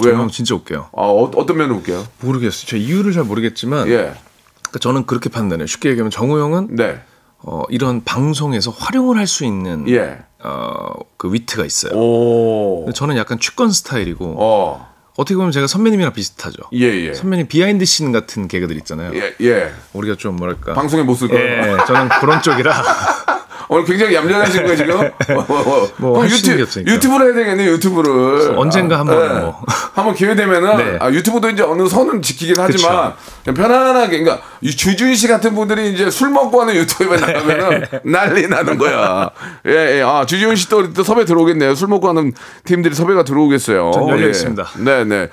S6: 정우
S1: 왜요?
S6: 형 진짜 웃겨요.
S1: 아 어, 어떤 면을 웃겨요?
S6: 모르겠어요. 제 이유를 잘 모르겠지만
S1: 예,
S6: 그러니까 저는 그렇게 판단해요. 쉽게 얘기하면 정우 형은
S1: 네,
S6: 어, 이런 방송에서 활용을 할 수 있는
S1: 예,
S6: 어, 그 위트가 있어요.
S1: 오,
S6: 근데 저는 약간 취권 스타일이고
S1: 어,
S6: 어떻게 보면 제가 선배님이랑 비슷하죠.
S1: 예, 예,
S6: 선배님 비하인드 씬 같은 개그들 있잖아요.
S1: 예, 예.
S6: 우리가 좀 뭐랄까.
S1: 방송에 못 쓸 거예요.
S6: 예, 저는 그런 쪽이라
S1: 오늘 굉장히 얌전하신 거예요 지금. 어, 어, 어.
S6: 뭐
S1: 그럼
S6: 할 수는
S1: 유튜브
S6: 게 없으니까.
S1: 유튜브를 해야 되겠네요 유튜브를. 아, 예.
S6: 언젠가 한번 뭐.
S1: 한번 기회 되면은
S6: 네.
S1: 아, 유튜브도 이제 어느 선은 지키긴 하지만 그냥 편안하게 그러니까 이 주주인 씨 같은 분들이 이제 술 먹고 하는 유튜브에 나가면은 난리 나는 거야. 예, 예. 아 주주인 씨또 또 섭외 들어오겠네요. 술 먹고 하는 팀들이 섭외가 들어오겠어요.
S6: 전 열려
S1: 예.
S6: 있습니다.
S1: 네, 네.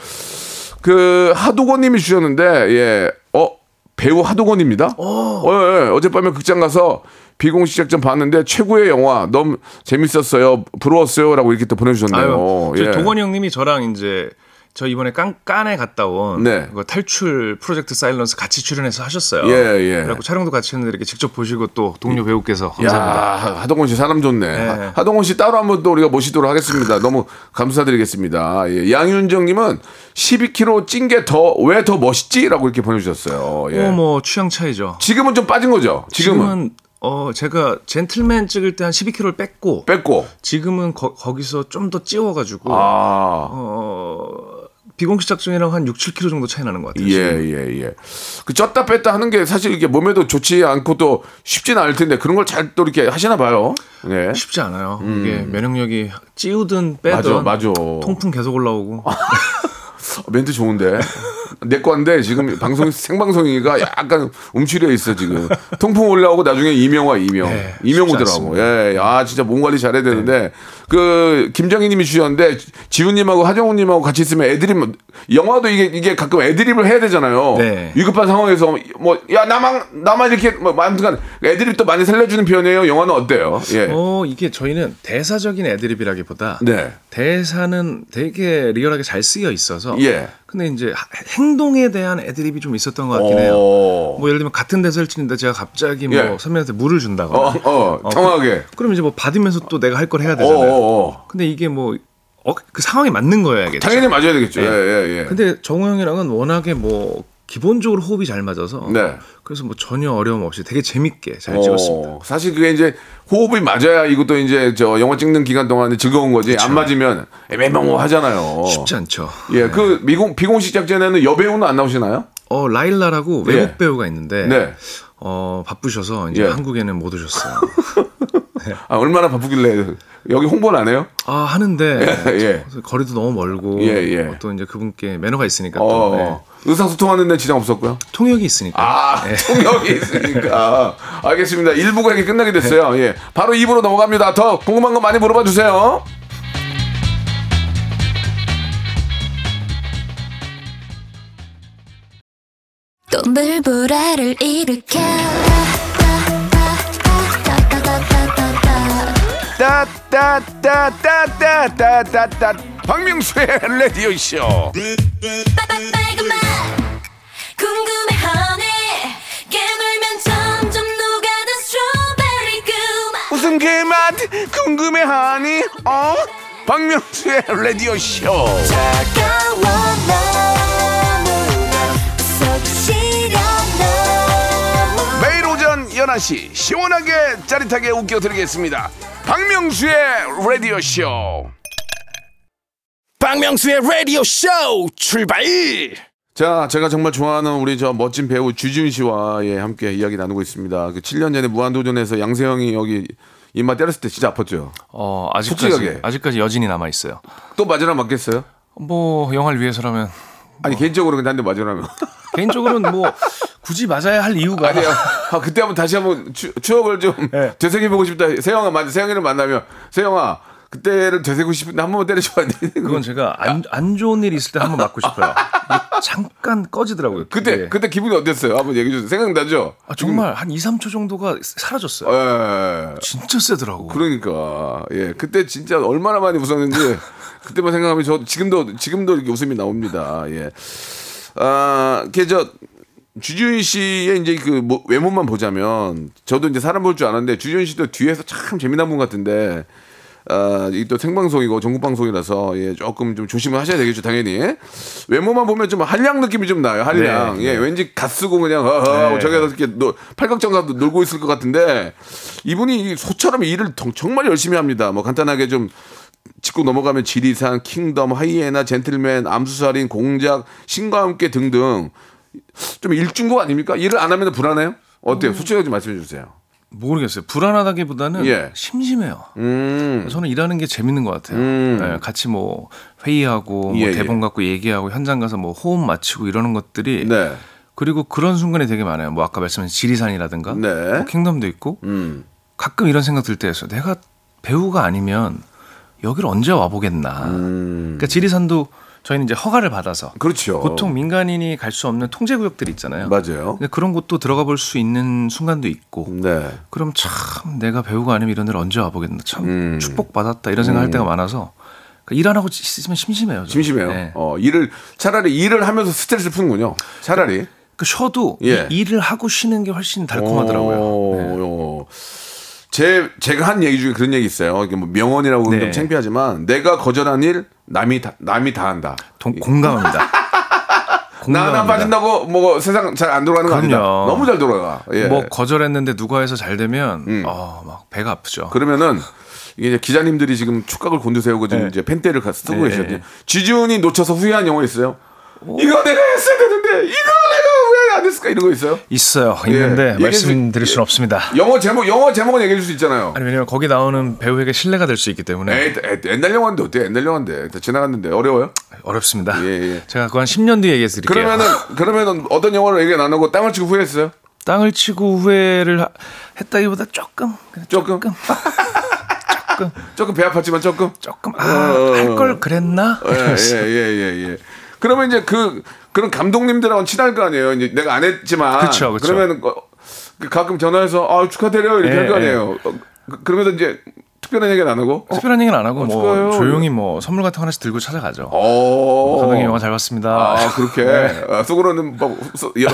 S1: 그 하도건님이 주셨는데 예, 어 배우 하도건입니다. 어, 예, 예. 어젯밤에 극장 가서 비공식 작전 봤는데 최고의 영화 너무 재밌었어요, 부러웠어요라고 이렇게 또 보내주셨네요.
S6: 아유, 저희
S1: 예.
S6: 도건이 형님이 저랑 이제 저 이번에 깐, 깐에 갔다 온
S1: 네.
S6: 그거 탈출 프로젝트 사일런스 같이 출연해서 하셨어요.
S1: 예, 예.
S6: 그래고 촬영도 같이 했는데 이렇게 직접 보시고 또 동료 배우께서 감사합니다.
S1: 야, 하동원 씨 사람 좋네. 하- 하동원 씨 따로 한번 또 우리가 모시도록 하겠습니다. 너무 감사드리겠습니다. 예, 양윤정 님은 12kg 찐 게 더 왜 더 멋있지라고 이렇게 보내 주셨어요. 예.
S6: 뭐, 뭐 취향 차이죠.
S1: 지금은 좀 빠진 거죠. 지금은,
S6: 어 제가 젠틀맨 찍을 때 한 12kg를 뺐고
S1: 뺐고.
S6: 지금은 거, 거기서 좀 더 찌워가지고
S1: 아.
S6: 어, 비공식 작전이랑 한 6, 7kg 정도 차이 나는 것 같아요.
S1: 예,
S6: 지금.
S1: 예, 예. 그 쪘다 뺐다 하는 게 사실 이게 몸에도 좋지 않고 또 쉽진 않을 텐데 그런 걸 잘 또 이렇게 하시나 봐요. 예.
S6: 쉽지 않아요. 이게 면역력이 찌우든
S1: 맞아,
S6: 빼든
S1: 맞아.
S6: 통풍 계속 올라오고
S1: 멘트 좋은데. 내 건데 지금 방송 생방송이가 약간 움츠려 있어 지금. 통풍 올라오고 나중에 이명화 이명.
S6: 네,
S1: 이명
S6: 쉽지 네.
S1: 오더라고. 예. 아 진짜 몸 관리 잘해야 되는데 그 김정희 님이 주셨는데 지훈 님하고 하정우 님하고 같이 있으면 애드립 영화도 이게 이게 가끔 애드립을 해야 되잖아요.
S6: 네.
S1: 위급한 상황에서 뭐 야 나만 나만 이렇게 뭐 아무튼간 애드립도 많이 살려 주는 편이에요. 영화는 어때요? 예.
S6: 어 이게 저희는 대사적인 애드립이라기보다
S1: 네.
S6: 대사는 되게 리얼하게 잘 쓰여 있어서
S1: 예.
S6: 근데 이제 하- 행동에 대한 애드립이 좀 있었던 것 같긴 해요.
S1: 오.
S6: 뭐 예를 들면 같은 대사를 치는데 제가 갑자기 뭐
S1: 어. 예.
S6: 선배한테 물을 준다거나
S1: 어, 어, 정확하게.
S6: 그럼 이제 뭐 받으면서 또 내가 할 걸 해야
S1: 어,
S6: 되잖아요.
S1: 어, 어.
S6: 근데 이게 뭐 어, 그 상황에 맞는 거여야겠죠.
S1: 당연히 맞아야 되겠죠. 예, 예, 예.
S6: 근데 정우 형이랑은 워낙에 뭐 기본적으로 호흡이 잘 맞아서
S1: 네.
S6: 그래서 뭐 전혀 어려움 없이 되게 재밌게 잘 찍었습니다.
S1: 어, 사실 그게 이제 호흡이 맞아야 이것도 이제 저 영화 찍는 기간 동안에 즐거운 거지 안 맞으면 애매모호 하잖아요.
S6: 쉽지 않죠.
S1: 예, 그 미공 비공식 작전에는 여배우는 안 나오시나요?
S6: 어 라일라라고
S1: 예.
S6: 외국 배우가 있는데
S1: 네.
S6: 어 바쁘셔서 이제
S1: 예.
S6: 한국에는 못 오셨어요.
S1: 아, 얼마나 바쁘길래 여기 홍보는 안 해요?
S6: 아 하는데
S1: 예, 예.
S6: 거리도 너무 멀고
S1: 예, 예.
S6: 어, 또 이제 그분께 매너가 있으니까 또
S1: 어,
S6: 예.
S1: 의사소통하는 데 지장 없었고요.
S6: 통역이 있으니까
S1: 아, 통역이 있으니까. 알겠습니다. 1부가 이렇게 끝나게 됐어요. 예. 바로 2부로 넘어갑니다. 더 궁금한 거 많이 물어봐 주세요.
S3: 또 물보라를 일으켜 따따따따따따따따.
S1: 따따따따따따따따 박명수의 라디오 쇼.
S3: 빨간맛 궁금해하네 깨물면 점점 녹아든 스트로베리 그맛
S1: 무슨 개맛 궁금해하니? 어? 박명수의 라디오 쇼.
S3: 차가워 너무나 속시려 너무
S1: 매일 오전 11시 시원하게 짜릿하게 웃겨드리겠습니다. 박명수의 라디오 쇼.
S5: 박명수의 라디오 쇼 출발
S1: 자, 제가 정말 좋아하는 우리 저 멋진 배우 주지훈 씨와 예, 함께 이야기 나누고 있습니다. 그 7년 전에 무한도전에서 양세형이 여기 입맛 때렸을 때 진짜 아팠죠.
S6: 어 아직까지
S1: 솔직하게.
S6: 아직까지 여진이 남아 있어요.
S1: 또 맞으라 맞겠어요?
S6: 뭐 영화를 위해서라면
S1: 아니 개인적으로 근데 한 대 맞으라면.
S6: 개인적으로는 뭐 굳이 맞아야 할 이유가
S1: 아니요. 예. 아, 그때 한번 다시 한번 추, 추억을 좀 되새겨 보고 싶다. 세영아, 맞아. 세영이를 만나면 세영아, 그때를 되새고 싶은데 한 번만 때려줘야 돼.
S6: 그건 제가 안, 안 좋은 일이 있을 때 한번 맞고 싶어요. 이게 잠깐 꺼지더라고요.
S1: 그때
S6: 그게.
S1: 그때 기분이 어땠어요? 한번 얘기해 주세요. 생각나죠?
S6: 아, 정말 한 2, 3초 정도가 사라졌어요.
S1: 예.
S6: 진짜 세더라고.
S1: 그러니까 예 그때 진짜 얼마나 많이 웃었는지 그때만 생각하면 저 지금도 지금도 이렇게 웃음이 나옵니다 예. 예아그저 주지훈 씨의 이제 그 뭐- 외모만 보자면 저도 이제 사람 볼 줄 아는데 주지훈 씨도 뒤에서 참 재미난 분 같은데 아이또 생방송이고 전국 방송이라서 예 조금 좀 조심을 하셔야 되겠죠 당연히 외모만 보면 좀 한량 느낌이 좀 나요 한량
S6: 네,
S1: 예 왠지 갓 쓰고 그냥 허허 하고 저기서 이렇게 노- 팔각정 가도 놀고 있을 것 같은데 이분이 이 소처럼 일을 덩- 정말 열심히 합니다 뭐 간단하게 좀 짚고 넘어가면 지리산 킹덤 하이에나 젠틀맨 암수살인 공작 신과 함께 등등 좀 일중고 아닙니까 일을 안 하면 불안해요 어때요 솔직하게 좀 말씀해 주세요
S6: 모르겠어요. 불안하다기보다는
S1: 예.
S6: 심심해요.
S1: 음
S6: 저는 일하는 게 재밌는 것 같아요.
S1: 음.
S6: 예, 같이 뭐 회의하고 뭐
S1: 예, 예.
S6: 대본 갖고 얘기하고 현장 가서 뭐 호흡 맞추고 이러는 것들이
S1: 네
S6: 그리고 그런 순간이 되게 많아요. 뭐 아까 말씀하신 지리산이라든가
S1: 네.
S6: 뭐 킹덤도 있고
S1: 음.
S6: 가끔 이런 생각 들 때였어요. 내가 배우가 아니면 여기를 언제 와보겠나.
S1: 음.
S6: 그러니까 지리산도 저희는 이제 허가를 받아서
S1: 그렇죠.
S6: 보통 민간인이 갈 수 없는 통제 구역들이 있잖아요.
S1: 맞아요.
S6: 근데 그런 곳도 들어가 볼 수 있는 순간도 있고
S1: 네.
S6: 그럼
S1: 음.
S6: 참 내가 배우가 아니면 이런 데를 언제 와보겠나 참 축복받았다 이런 생각할 때가 많아서 그러니까 일 안 하고 있으면 심심해요. 저는.
S1: 심심해요.
S6: 네.
S1: 어, 일을 차라리 일을 하면서 스트레스를 푸는군요. 차라리.
S6: 그 쉬어도
S1: 예. 어.
S6: 이 일을 하고 쉬는 게 훨씬 달콤하더라고요. 네.
S1: 오, 제 제가 한 얘기 중에 그런 얘기 있어요. 이게 뭐 명언이라고 그러면
S6: 네.
S1: 좀 창피하지만 내가 거절한 일 남이 다, 남이 다 한다.
S6: 동- 공감합니다.
S1: 나 하나 빠진다고 뭐 세상 잘 안 돌아가는 거 아니다.
S6: 그럼요.
S1: 너무 잘 돌아가. 예. 음.
S6: 뭐 거절했는데 누가 해서 잘 되면 어, 막 배가 아프죠.
S1: 그러면은 이게 이제 기자님들이 지금 촉각을 곤두세우고
S6: 예.
S1: 지금 이제 펜대를 가- 쓰고
S6: 네.
S1: 계시거든요. 지지훈이 놓쳐서 후회한 영화 있어요.
S6: 뭐?
S1: 이거 내가 했어야 되는데 이거 내가 왜 안 했을까 이런 거 있어요?
S6: 있어요.
S1: 예.
S6: 있는데
S1: 얘기해 예.
S6: 말씀드릴
S1: 주-
S6: 수는 없습니다.
S1: 영어 제목 영어 제목은 얘기해 줄 수 있잖아요.
S6: 아니 왜냐면 거기 나오는 배우에게 신뢰가 될 수 있기 때문에
S1: 에이, 에이, 옛날 영화인데 어때? 요 옛날 영화인데 다 지나갔는데 어려워요?
S6: 어렵습니다.
S1: 예, 예.
S6: 제가 그 한 10년 뒤에 얘기해 드릴게요.
S1: 그러면은 그러면은 어떤 영화를 얘기 안 하고 땅을 치고 후회했어요?
S6: 땅을 치고 후회를 하- 했다기보다 조금 그냥
S1: 조금
S6: 조금 조금
S1: 조금 배 아팠지만 조금
S6: 조금 아
S1: 어, 어,
S6: 할
S1: 어.
S6: 걸 그랬나?
S1: 예예예 예, 예, 예. 그러면 이제 그 그런 감독님들하고는 친할 거 아니에요. 이제 내가 안 했지만
S6: 그쵸, 그쵸.
S1: 그러면 어, 그 가끔 전화해서 아 축하드려요 이렇게
S6: 예,
S1: 할 거
S6: 예.
S1: 아니에요. 어, 그- 그러면서 이제 특별한 얘기는 안 하고 어,
S6: 특별한 얘기는 안 하고 뭐
S1: 축하해요.
S6: 조용히 뭐 선물 같은 거 하나씩 들고 찾아가죠.
S1: 어.
S6: 감독님 영화 잘 봤습니다.
S1: 아 그렇게
S6: 네.
S1: 아, 속으로는 막 흡수- 야,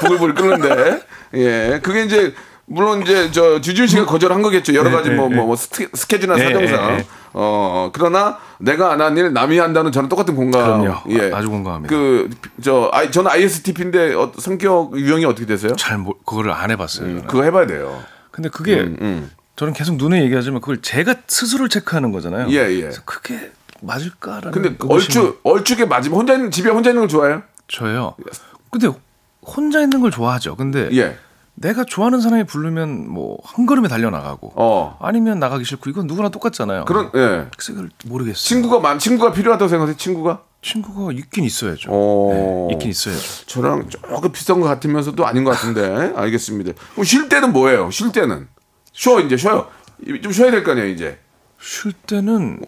S1: 부글부글 끓는데 예 그게 이제 물론 이제 저 주준 씨가 거절한 거겠죠 여러 가지 뭐 뭐 스케줄이나
S6: 네,
S1: 사정상
S6: 네, 네.
S1: 어 그러나 내가 안 한 일 남이 한다는 저는 똑같은 공감 예.
S6: 그럼요. 아, 아주 공감합니다.
S1: 그저 아이 저는 ISTP인데 어, 성격 유형이 어떻게 되세요?
S6: 잘 모, 그거를 안 해봤어요. 저는.
S1: 그거 해봐야 돼요.
S6: 근데 그게
S1: 음,
S6: 저는 계속 눈에 얘기하지만 그걸 제가 스스로 체크하는 거잖아요.
S1: 예, 예.
S6: 그래서 그게 맞을까라는.
S1: 근데
S6: 의구심이
S1: 얼추 얼추게 맞으면 혼자 있는 집에 혼자 있는 걸 좋아해요?
S6: 저요. 근데 혼자 있는 걸 좋아하죠. 근데
S1: 예.
S6: 내가 좋아하는 사람이 부르면 뭐 한 걸음에 달려 나가고
S1: 어.
S6: 아니면 나가기 싫고 이건 누구나 똑같잖아요.
S1: 그런 예.
S6: 그래서 그걸 모르겠어요.
S1: 친구가 많 친구가 필요하다고 생각하세요? 친구가?
S6: 친구가 있긴 있어야죠. 네,
S1: 어.
S6: 있긴 있어야죠.
S1: 저랑 조금 비슷한 것 같으면서도 아닌 것 같은데 알겠습니다. 그럼 쉴 때는 뭐예요? 쉴 때는 쉬어 이제 쉬어요. 좀 쉬어야 될 거 아니에요 이제.
S6: 쉴 때는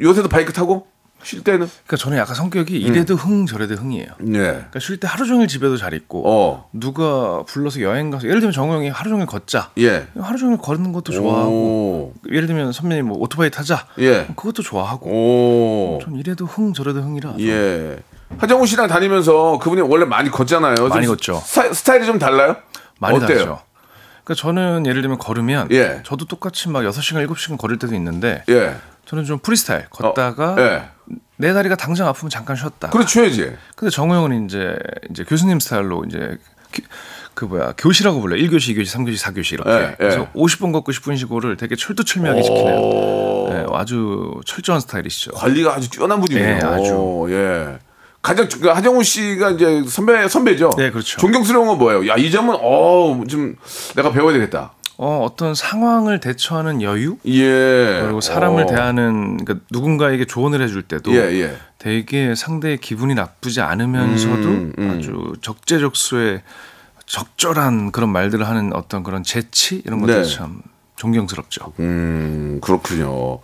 S1: 요새도 바이크 타고 쉴 때는
S6: 그러니까 저는 약간
S1: 음.
S6: 성격이 이래도 흥 저래도 흥이에요.
S1: 예.
S6: 그러니까 쉴 때 하루 종일 집에도 잘 있고
S1: 어.
S6: 누가 불러서 여행 가서 예를 들면 정우 형이 하루 종일 걷자.
S1: 예.
S6: 하루 종일 걷는 것도 좋아하고
S1: 오.
S6: 예를 들면 선배님 뭐 오토바이 타자.
S1: 예.
S6: 그것도 좋아하고
S1: 오.
S6: 전 이래도 흥 저래도 흥이라
S1: 예. 하정우 씨랑 다니면서 그분이 원래 많이 걷잖아요. 좀
S6: 많이 걷죠.
S1: 스타, 스타일이 좀 달라요?
S6: 많이
S1: 어때요?
S6: 다르죠. 그러니까 저는 예를 들면 걸으면
S1: 예.
S6: 저도 똑같이 막 6시간 7시간 걸을 때도 있는데
S1: 예.
S6: 저는 좀 프리스타일 걷다가
S1: 어, 예.
S6: 내 다리가 당장 아프면 잠깐 쉬었다.
S1: 그래 쉬어야지.
S6: 근데 정우 형은 이제 이제 교수님 스타일로 이제 기- 그 뭐야 교시라고 불러요. 1교시, 2교시, 3교시, 4교시 이렇게.
S1: 예, 예.
S6: 그래서 50번 걷고 10분 쉬고를 되게 철두철미하게 지키네요.
S1: 오.
S6: 예, 아주 철저한 스타일이시죠.
S1: 관리가 아주 뛰어난 분이네요.
S6: 예, 아주.
S1: 오, 예. 가장 그 하정우 씨가 이제 선배 선배죠.
S6: 네, 그렇죠.
S1: 존경스러운 건 뭐예요? 야, 이 점은 어좀 내가 배워야 되겠다.
S6: 어, 어떤 상황을 대처하는 여유
S1: 예.
S6: 그리고 사람을
S1: 어.
S6: 대하는 그러니까 누군가에게 조언을 해줄 때도
S1: 예, 예.
S6: 되게 상대의 기분이 나쁘지 않으면서도
S1: 음,
S6: 아주 적재적소에 적절한 그런 말들을 하는 어떤 그런 재치 이런 것들이
S1: 네.
S6: 참 존경스럽죠.
S1: 음, 그렇군요.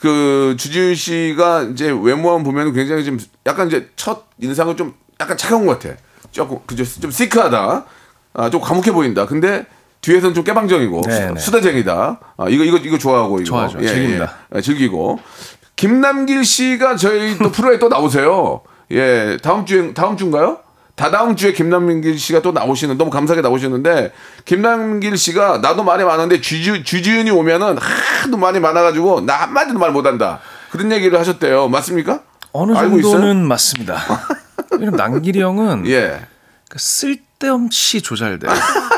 S1: 그 주지훈 씨가 이제 외모만 보면 굉장히 좀 약간 이제 첫 인상은 좀 약간 차가운 것 같아. 조금 그죠? 좀 시크하다. 아, 좀 과묵해 보인다. 근데 뒤에서는 좀 깨방정이고
S6: 네, 네.
S1: 수- 수다쟁이다. 아, 이거 이거 이거 좋아하고 이거.
S6: 좋아하죠. 즐깁니다.
S1: 예. 즐기고 김남길 씨가 저희 또 프로에 또 나오세요. 예, 다음 주에 다음 주인가요? 다다음 주에 김남길 씨가 또 나오시는 너무 감사하게 나오시는데 김남길 씨가 나도 말이 많은데 쥐지, 쥐지은이 오면은 하도 말이 많아가지고 나 한마디도 말 못한다 그런 얘기를 하셨대요 맞습니까?
S6: 어느
S1: 알고 있어요?
S6: 정도는 맞습니다. 왜냐면 남길이 형은
S1: 예
S6: 그러니까 쓸데없이 조잘돼. 그러니까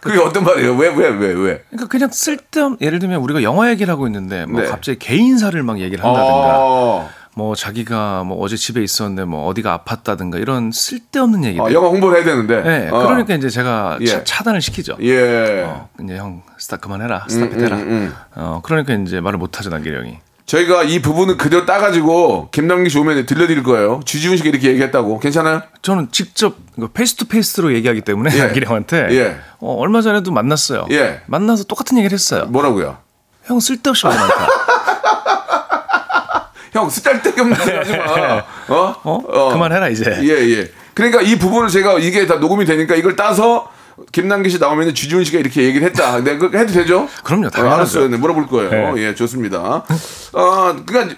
S1: 그게 어떤 말이에요? 왜 왜 왜 왜?
S6: 그냥 쓸데없 예를 들면 우리가 영화 얘기를 하고 있는데 뭐
S1: 네.
S6: 갑자기 개인사를 막 얘기를 한다든가
S1: 아,
S6: 뭐 자기가 뭐 어제 집에 있었는데 뭐 어디가 아팠다든가 이런 쓸데없는
S1: 아,
S6: 얘기들.
S1: 영화 홍보를 해야 되는데
S6: 네,
S1: 어.
S6: 그러니까 이제 제가
S1: 예.
S6: 차- 차단을 시키죠.
S1: 예
S6: 어, 이제 형 스탑
S1: 음,
S6: 그만해라 스탑 해라 어 그러니까 이제 말을 못하죠 남길 형이
S1: 저희가 이 부분은 그대로 따가지고 김남길 씨 오면 들려드릴 거예요. 주지훈 씨가 이렇게 얘기했다고 괜찮아요?
S6: 저는 직접 이거 페이스 투 페이스로 얘기하기 때문에
S1: 예.
S6: 남길 형한테
S1: 예.
S6: 어, 얼마 전에도 만났어요
S1: 예.
S6: 만나서 똑같은 얘기를 했어요
S1: 뭐라고요?
S6: 형 쓸데없이 말 많다
S1: 형 쓰잘데없는 소리 하지 마. 어?
S6: 어? 그만해라 이제
S1: 예 예. 그러니까 이 부분을 제가 이게 다 녹음이 되니까 이걸 따서 김남길 씨 나오면 주지훈 씨가 이렇게 얘기를 했다. 내가 그거 해도 되죠?
S6: 그럼요,
S1: 어, 알았어요.
S6: 당연하죠.
S1: 네, 물어볼 거예요.
S6: 네.
S1: 예 좋습니다. 아 그러니까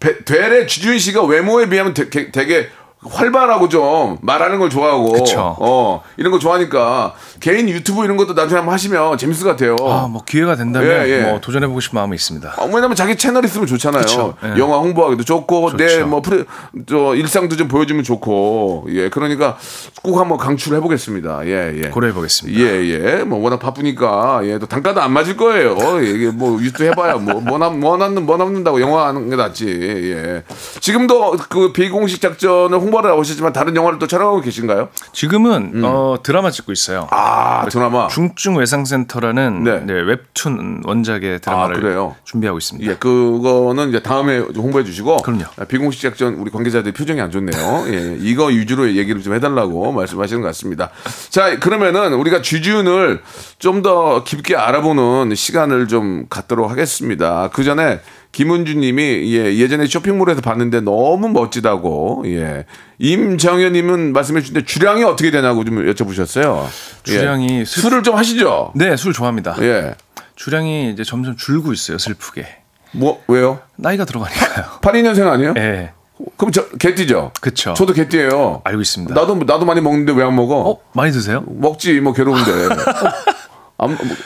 S1: 배- 되레 주준 씨가 외모에 비하면 되- 되- 되게 활발하고 좀 말하는 걸 좋아하고
S6: 그쵸.
S1: 어 이런 거 좋아하니까 개인 유튜브 이런 것도 나중에 한번 하시면 재밌을 것 같아요.
S6: 아, 뭐 기회가 된다면
S1: 예, 예.
S6: 뭐 도전해보고 싶은 마음이 있습니다.
S1: 어, 왜냐면 자기 채널 있으면 좋잖아요.
S6: 그쵸, 예.
S1: 영화 홍보하기도 좋고, 네,
S6: 좋죠.
S1: 내뭐 프레, 저 일상도 좀 보여주면 좋고, 예, 그러니까 꼭 한번 강추를 해보겠습니다. 예, 예.
S6: 고려해보겠습니다.
S1: 예, 예. 뭐 워낙 바쁘니까 예, 또 단가도 안 맞을 거예요. 예, 이게 뭐 유튜브 해봐야 뭐뭐남뭐 남는 뭐 남는다고 영화 하는 게 낫지. 예. 지금도 그 비공식 작전을 홍보를 하시지만 다른 영화를 또 촬영하고 계신가요?
S6: 지금은 어, 드라마 찍고 있어요.
S1: 음. 아,
S6: 그
S1: 드라마.
S6: 중증 외상센터라는
S1: 네.
S6: 네, 웹툰 원작의 드라마를
S1: 아, 그래요?
S6: 준비하고 있습니다.
S1: 예, 그거는 이제 다음에 좀 홍보해 주시고.
S6: 그럼요.
S1: 아, 비공식 작전 우리 관계자들 표정이 안 좋네요. 예, 이거 위주로 얘기를 좀 해달라고 말씀하시는 것 같습니다. 자, 그러면은 우리가 쥐준을 좀 더 깊게 알아보는 시간을 좀 갖도록 하겠습니다. 그 전에 김은주님이 예, 예전에 쇼핑몰에서 봤는데 너무 멋지다고. 예, 임정현님은 말씀해 주신데 주량이 어떻게 되냐고 좀 여쭤보셨어요. 예.
S6: 주량이 슬-
S1: 술을 좀 하시죠.
S6: 네, 술 좋아합니다.
S1: 예,
S6: 주량이 이제 점점 줄고 있어요, 슬프게.
S1: 뭐 왜요?
S6: 나이가 들어가니까요.
S1: 82년생 아니에요?
S6: 예.
S1: 그럼 저 개띠죠?
S6: 그쵸.
S1: 저도 개띠예요.
S6: 알고 있습니다.
S1: 나도 나도 많이 먹는데 왜 안 먹어?
S6: 어, 많이 드세요?
S1: 먹지 뭐 괴로운데.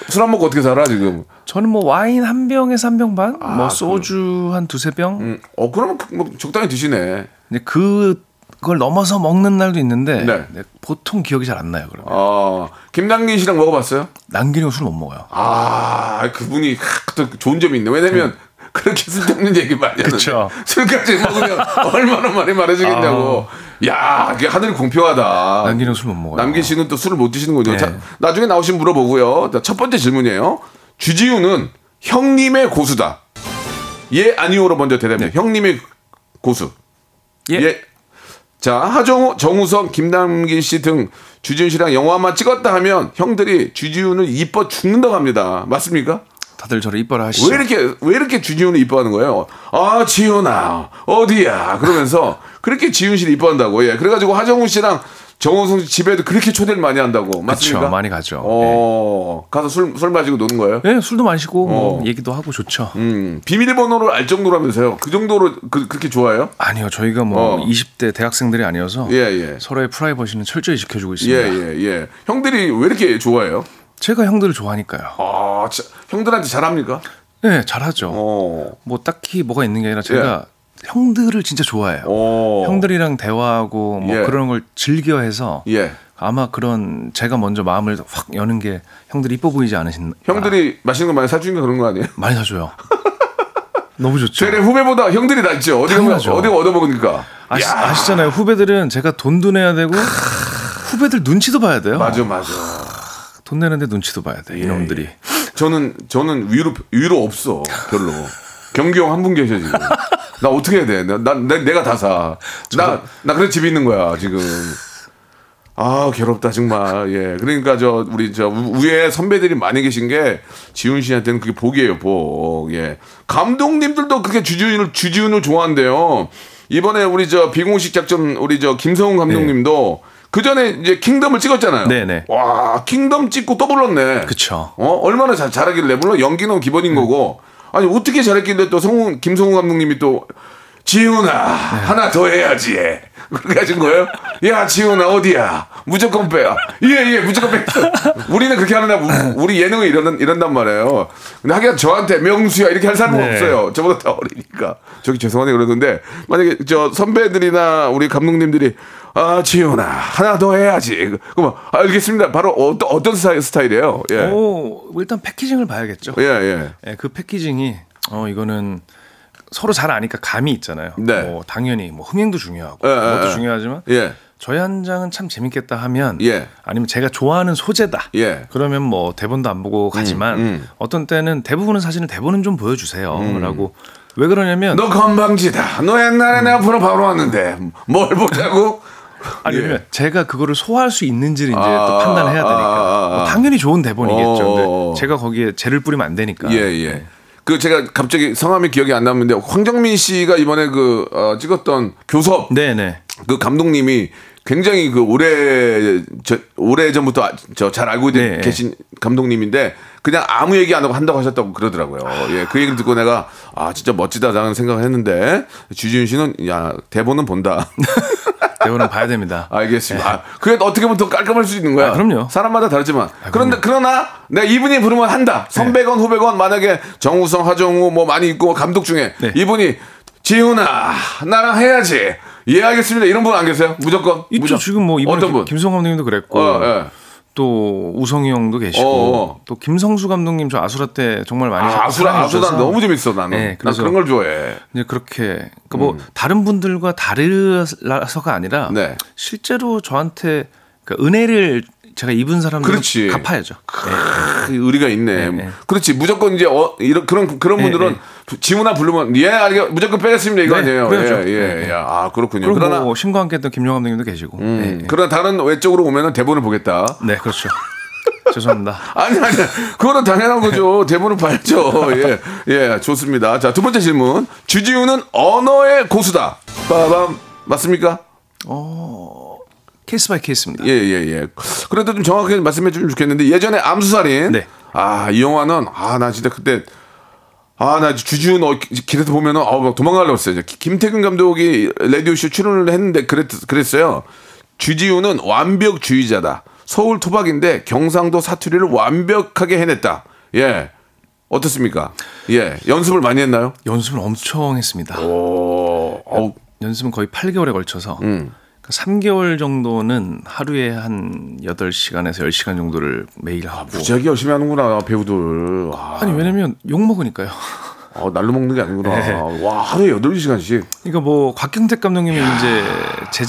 S1: 술 안 먹고 어떻게 살아 지금?
S6: 저는 뭐 와인 한 병에서 한 병 반, 뭐 소주 한 두세 병.
S1: 아, 그 음, 어 그러면 그- 뭐 적당히 드시네.
S6: 근데 그- 그걸 넘어서 먹는 날도 있는데
S1: 네.
S6: 네, 보통 기억이 잘 안 나요, 그럼.
S1: 어 김남긴 씨랑 먹어봤어요?
S6: 남기려고 술 못 먹어요.
S1: 아 그분이 크, 또 좋은 점이 있네. 왜냐면 그렇게 쓸데없는 얘기 많이 하는데
S6: 음. 그쵸.
S1: 술까지 먹으면 얼마나 많이 말해주겠냐고. 야 이게 하늘이 공평하다.
S6: 아. 남기려고 술 못 먹어요.
S1: 남기 씨는 또 술을 못 드시는군요.
S6: 네.
S1: 자, 나중에 나오시면 물어보고요. 자, 첫 번째 질문이에요. 주지훈은 형님의 고수다. 예, 아니오로 먼저 대답해요. 형님의 고수.
S6: 네. 예.
S1: 자, 하정우, 정우성, 김남기 씨 등 주지훈 씨랑 영화만 찍었다 하면 형들이 주지훈을 이뻐 죽는다고 합니다. 맞습니까?
S6: 다들 저를 이뻐라 하시죠.
S1: 왜 이렇게 왜 이렇게 주지훈을 이뻐하는 거예요? 아 지훈아 어디야? 그러면서 그렇게 지훈 씨를 이뻐한다고 예. 그래가지고 하정우 씨랑 정호성 씨 집에도 그렇게 초대를 많이 한다고 맞습니까?
S6: 그쵸, 많이 네. 가죠.
S1: 어 가서 술 술 마시고 노는 거예요?
S6: 예, 술도 마시고 뭐
S1: 어.
S6: 얘기도 하고 좋죠.
S1: 음 비밀번호를 알 정도라면서요? 그 정도로 그, 그렇게 좋아해요?
S6: 아니요, 저희가 뭐
S1: 어.
S6: 20대 대학생들이 아니어서
S1: 예, 예.
S6: 서로의 프라이버시는 철저히
S1: 예
S6: 지켜주고 있습니다.
S1: 예, 예. 형들이 왜 이렇게 좋아해요?
S6: 제가 형들을 좋아하니까요.
S1: 아 자, 형들한테 잘합니까?
S6: 네, 잘하죠.
S1: 어. 예.
S6: 뭐 딱히 뭐가 있는 게 아니라 제가 형들을 진짜 좋아해요.
S1: 어.
S6: 형들이랑 대화하고 뭐
S1: 예.
S6: 그런 걸 즐겨해서
S1: 예.
S6: 아마 그런 제가 먼저 마음을 확 여는 게 형들이 이뻐 보이지 않으신
S1: 형들이 맛있는 거 많이 사주니까 그런 거 아니에요?
S6: 아, 많이 사줘요. 너무 좋죠.
S1: 제네 후배보다 형들이 낫죠. 어디가
S6: 당연하죠.
S1: 어디가 얻어먹으니까.
S6: 아시,
S1: 야.
S6: 잖아요 후배들은 제가 돈도 내야 되고 후배들 눈치도 봐야 돼요.
S1: 맞아 예. 맞아.
S6: 돈 내는데 눈치도 봐야 돼. 이놈들이.
S1: 저는 저는 위로 위로 없어 별로. 경규 형 한 분 계셔 지금. 나 어떻게 해야 돼? 나, 나 내, 내가 다 사. 나 나 그래 집에 있는 거야 지금. 아 괴롭다 정말. 예 그러니까 저 우리 저 우- 위에 선배들이 많이 계신 게 지훈 씨한테는 그게 복이에요 복. 예 감독님들도 그렇게 주지훈을 주지훈을 좋아한대요. 이번에 우리 저 비공식 작전 우리 저 김성훈 감독님도 그 전에 이제 킹덤을 찍었잖아요.
S6: 네. 네네.
S1: 와 킹덤 찍고 또 불렀네.
S6: 그쵸.
S1: 어 얼마나 잘 잘하길래 물론 연기는 기본인 거고 아니 어떻게 잘했길래 또 성훈 김성훈 감독님이 또 지훈아 하나 더 해야지 예. 그렇게 하신 거예요? 야 지훈아 어디야? 무조건 빼야 예예 무조건 빼 우리는 그렇게 하느냐 우- 우리 예능은 이런 이런단 말이에요. 근데 하긴 저한테 명수야 이렇게 할 사람은
S6: 네.
S1: 없어요. 저보다 더 어리니까 저기 죄송하네 그러는데 만약에 저 선배들이나 우리 감독님들이 아 지훈아 하나 더 해야지 그럼 알겠습니다 바로 어떤 어떤 스타일, 스타일이에요? 예.
S6: 어, 오 일단 패키징을 봐야겠죠.
S1: 예, 예.
S6: 예, 그 패키징이 어 이거는 서로 잘 아니까 감이 있잖아요.
S1: 네.
S6: 뭐 당연히 뭐 흥행도 중요하고
S1: 예,
S6: 그것도
S1: 예, 예.
S6: 중요하지만
S1: 예.
S6: 저희 한 장은 참 재밌겠다 하면
S1: 예.
S6: 아니면 제가 좋아하는 소재다.
S1: 예.
S6: 그러면 뭐 대본도 안 보고 가지만
S1: 음.
S6: 어떤 때는 대부분은 사실은 대본은 좀 보여주세요라고 왜 그러냐면
S1: 음. 너 건방지다. 너 옛날에
S6: 음.
S1: 내 앞으로 바로 왔는데 뭘 보자고?
S6: 아니면
S1: 예.
S6: 제가 그거를 소화할 수 있는지를 이제
S1: 아,
S6: 또 판단해야 되니까
S1: 아, 아, 아.
S6: 뭐 당연히 좋은 대본이겠죠.
S1: 어.
S6: 근데 제가 거기에 죄를 뿌리면 안 되니까.
S1: 예, 예. 그 제가 갑자기 성함이 기억이 안 나는데 황정민 씨가 이번에 그 어, 찍었던 교섭
S6: 네네.
S1: 그 감독님이 굉장히 그 오래 저, 오래 전부터 아, 저 잘 알고
S6: 네.
S1: 계신 감독님인데 그냥 아무 얘기 안 하고 한다고 하셨다고 그러더라고요. 예, 그 얘기를 듣고 내가 아 진짜 멋지다라는 생각을 했는데 주지훈 씨는 야 대본은 본다.
S6: 대우는 봐야 됩니다.
S1: 알겠습니다. 아, 그게 어떻게 보면 더 깔끔할 수 있는 거야.
S6: 아, 그럼요. 네.
S1: 사람마다 다르지만. 그런데 그러나 내가 이분이 부르면 한다. 선배건 후배건 만약에 정우성, 하정우 뭐 많이 있고 감독 중에
S6: 네.
S1: 이분이 지훈아 나랑 해야지. 예 알겠습니다. 이런 분 안 계세요? 무조건.
S6: 있죠
S1: 무조건.
S6: 지금 뭐 이번에
S1: 어떤 분?
S6: 김성 감독님도 그랬고
S1: 어, 예.
S6: 또 우성이 형도 계시고
S1: 어, 어.
S6: 또 김성수 감독님 저 아수라 때 정말 많이
S1: 아, 아수라 아수라
S6: 사랑해주셔서
S1: 너무 재밌어 나는.
S6: 네,
S1: 난
S6: 그래서-
S1: 그런 걸 좋아해.
S6: 이제 그렇게 그러니까 뭐 다른 분들과 다르라서가 아니라
S1: 음. 네.
S6: 실제로 저한테 그러니까 은혜를 제가 입은 사람들
S1: 그렇지.
S6: 갚아야죠.
S1: 크, 의리가 있네.
S6: 네.
S1: 그렇지. 무조건 이제 어, 이런 그런 그런
S6: 네,
S1: 분들은
S6: 네.
S1: 부- 지훈아 부르면 예, 알겠. 무조건 빼겠습니다. 이거
S6: 네,
S1: 아니에요.
S6: 그래야죠.
S1: 예, 예.
S6: 네, 네.
S1: 야, 아, 그렇군요.
S6: 그리고
S1: 그러나 음.
S6: 뭐 신과 함께 했던 김영 감독님도 계시고. 네, 네.
S1: 예. 그러나 다른 외적으로 오면은 대본을 보겠다.
S6: 네, 그렇죠. 죄송합니다.
S1: 아니 아니 그거는 당연한 거죠. 대본을 봐야죠. 예. 예, 좋습니다. 자, 두 번째 질문. 주지훈은 언어의 고수다. 빠밤. 맞습니까?
S6: 케이스 바이 케이스입니다.
S1: 예, 예, 예. 그래도 좀 정확하게 말씀해 주면 좋겠는데 예전에 암수살인
S6: 네.
S1: 아, 이 영화는 아, 나 진짜 그때 아, 나 주지훈 어, 기- 길에서 보면은 아, 막 도망가려고 했어요. 이제 기- 김태균 감독이 라디오쇼 출연을 했는데 그랬, 그랬어요. 주지훈은 완벽주의자다. 서울 토박인데 경상도 사투리를 완벽하게 해냈다. 예. 어떻습니까? 예. 연습을 많이 했나요?
S6: 연습을 엄청 했습니다.
S1: 어, 어우,
S6: 연습은 거의 8개월에 걸쳐서
S1: 음.
S6: 그 3개월 정도는 하루에 한 8시간에서 10시간 정도를 매일 하고
S1: 무지하게 열심히 하는구나, 배우들. 와,
S6: 아니 왜냐면 욕 먹으니까요.
S1: 아, 날로 먹는 게 아니구나.
S6: 네.
S1: 와, 하루에 8시간씩.
S6: 그러니까 뭐 곽경택 감독님이 이제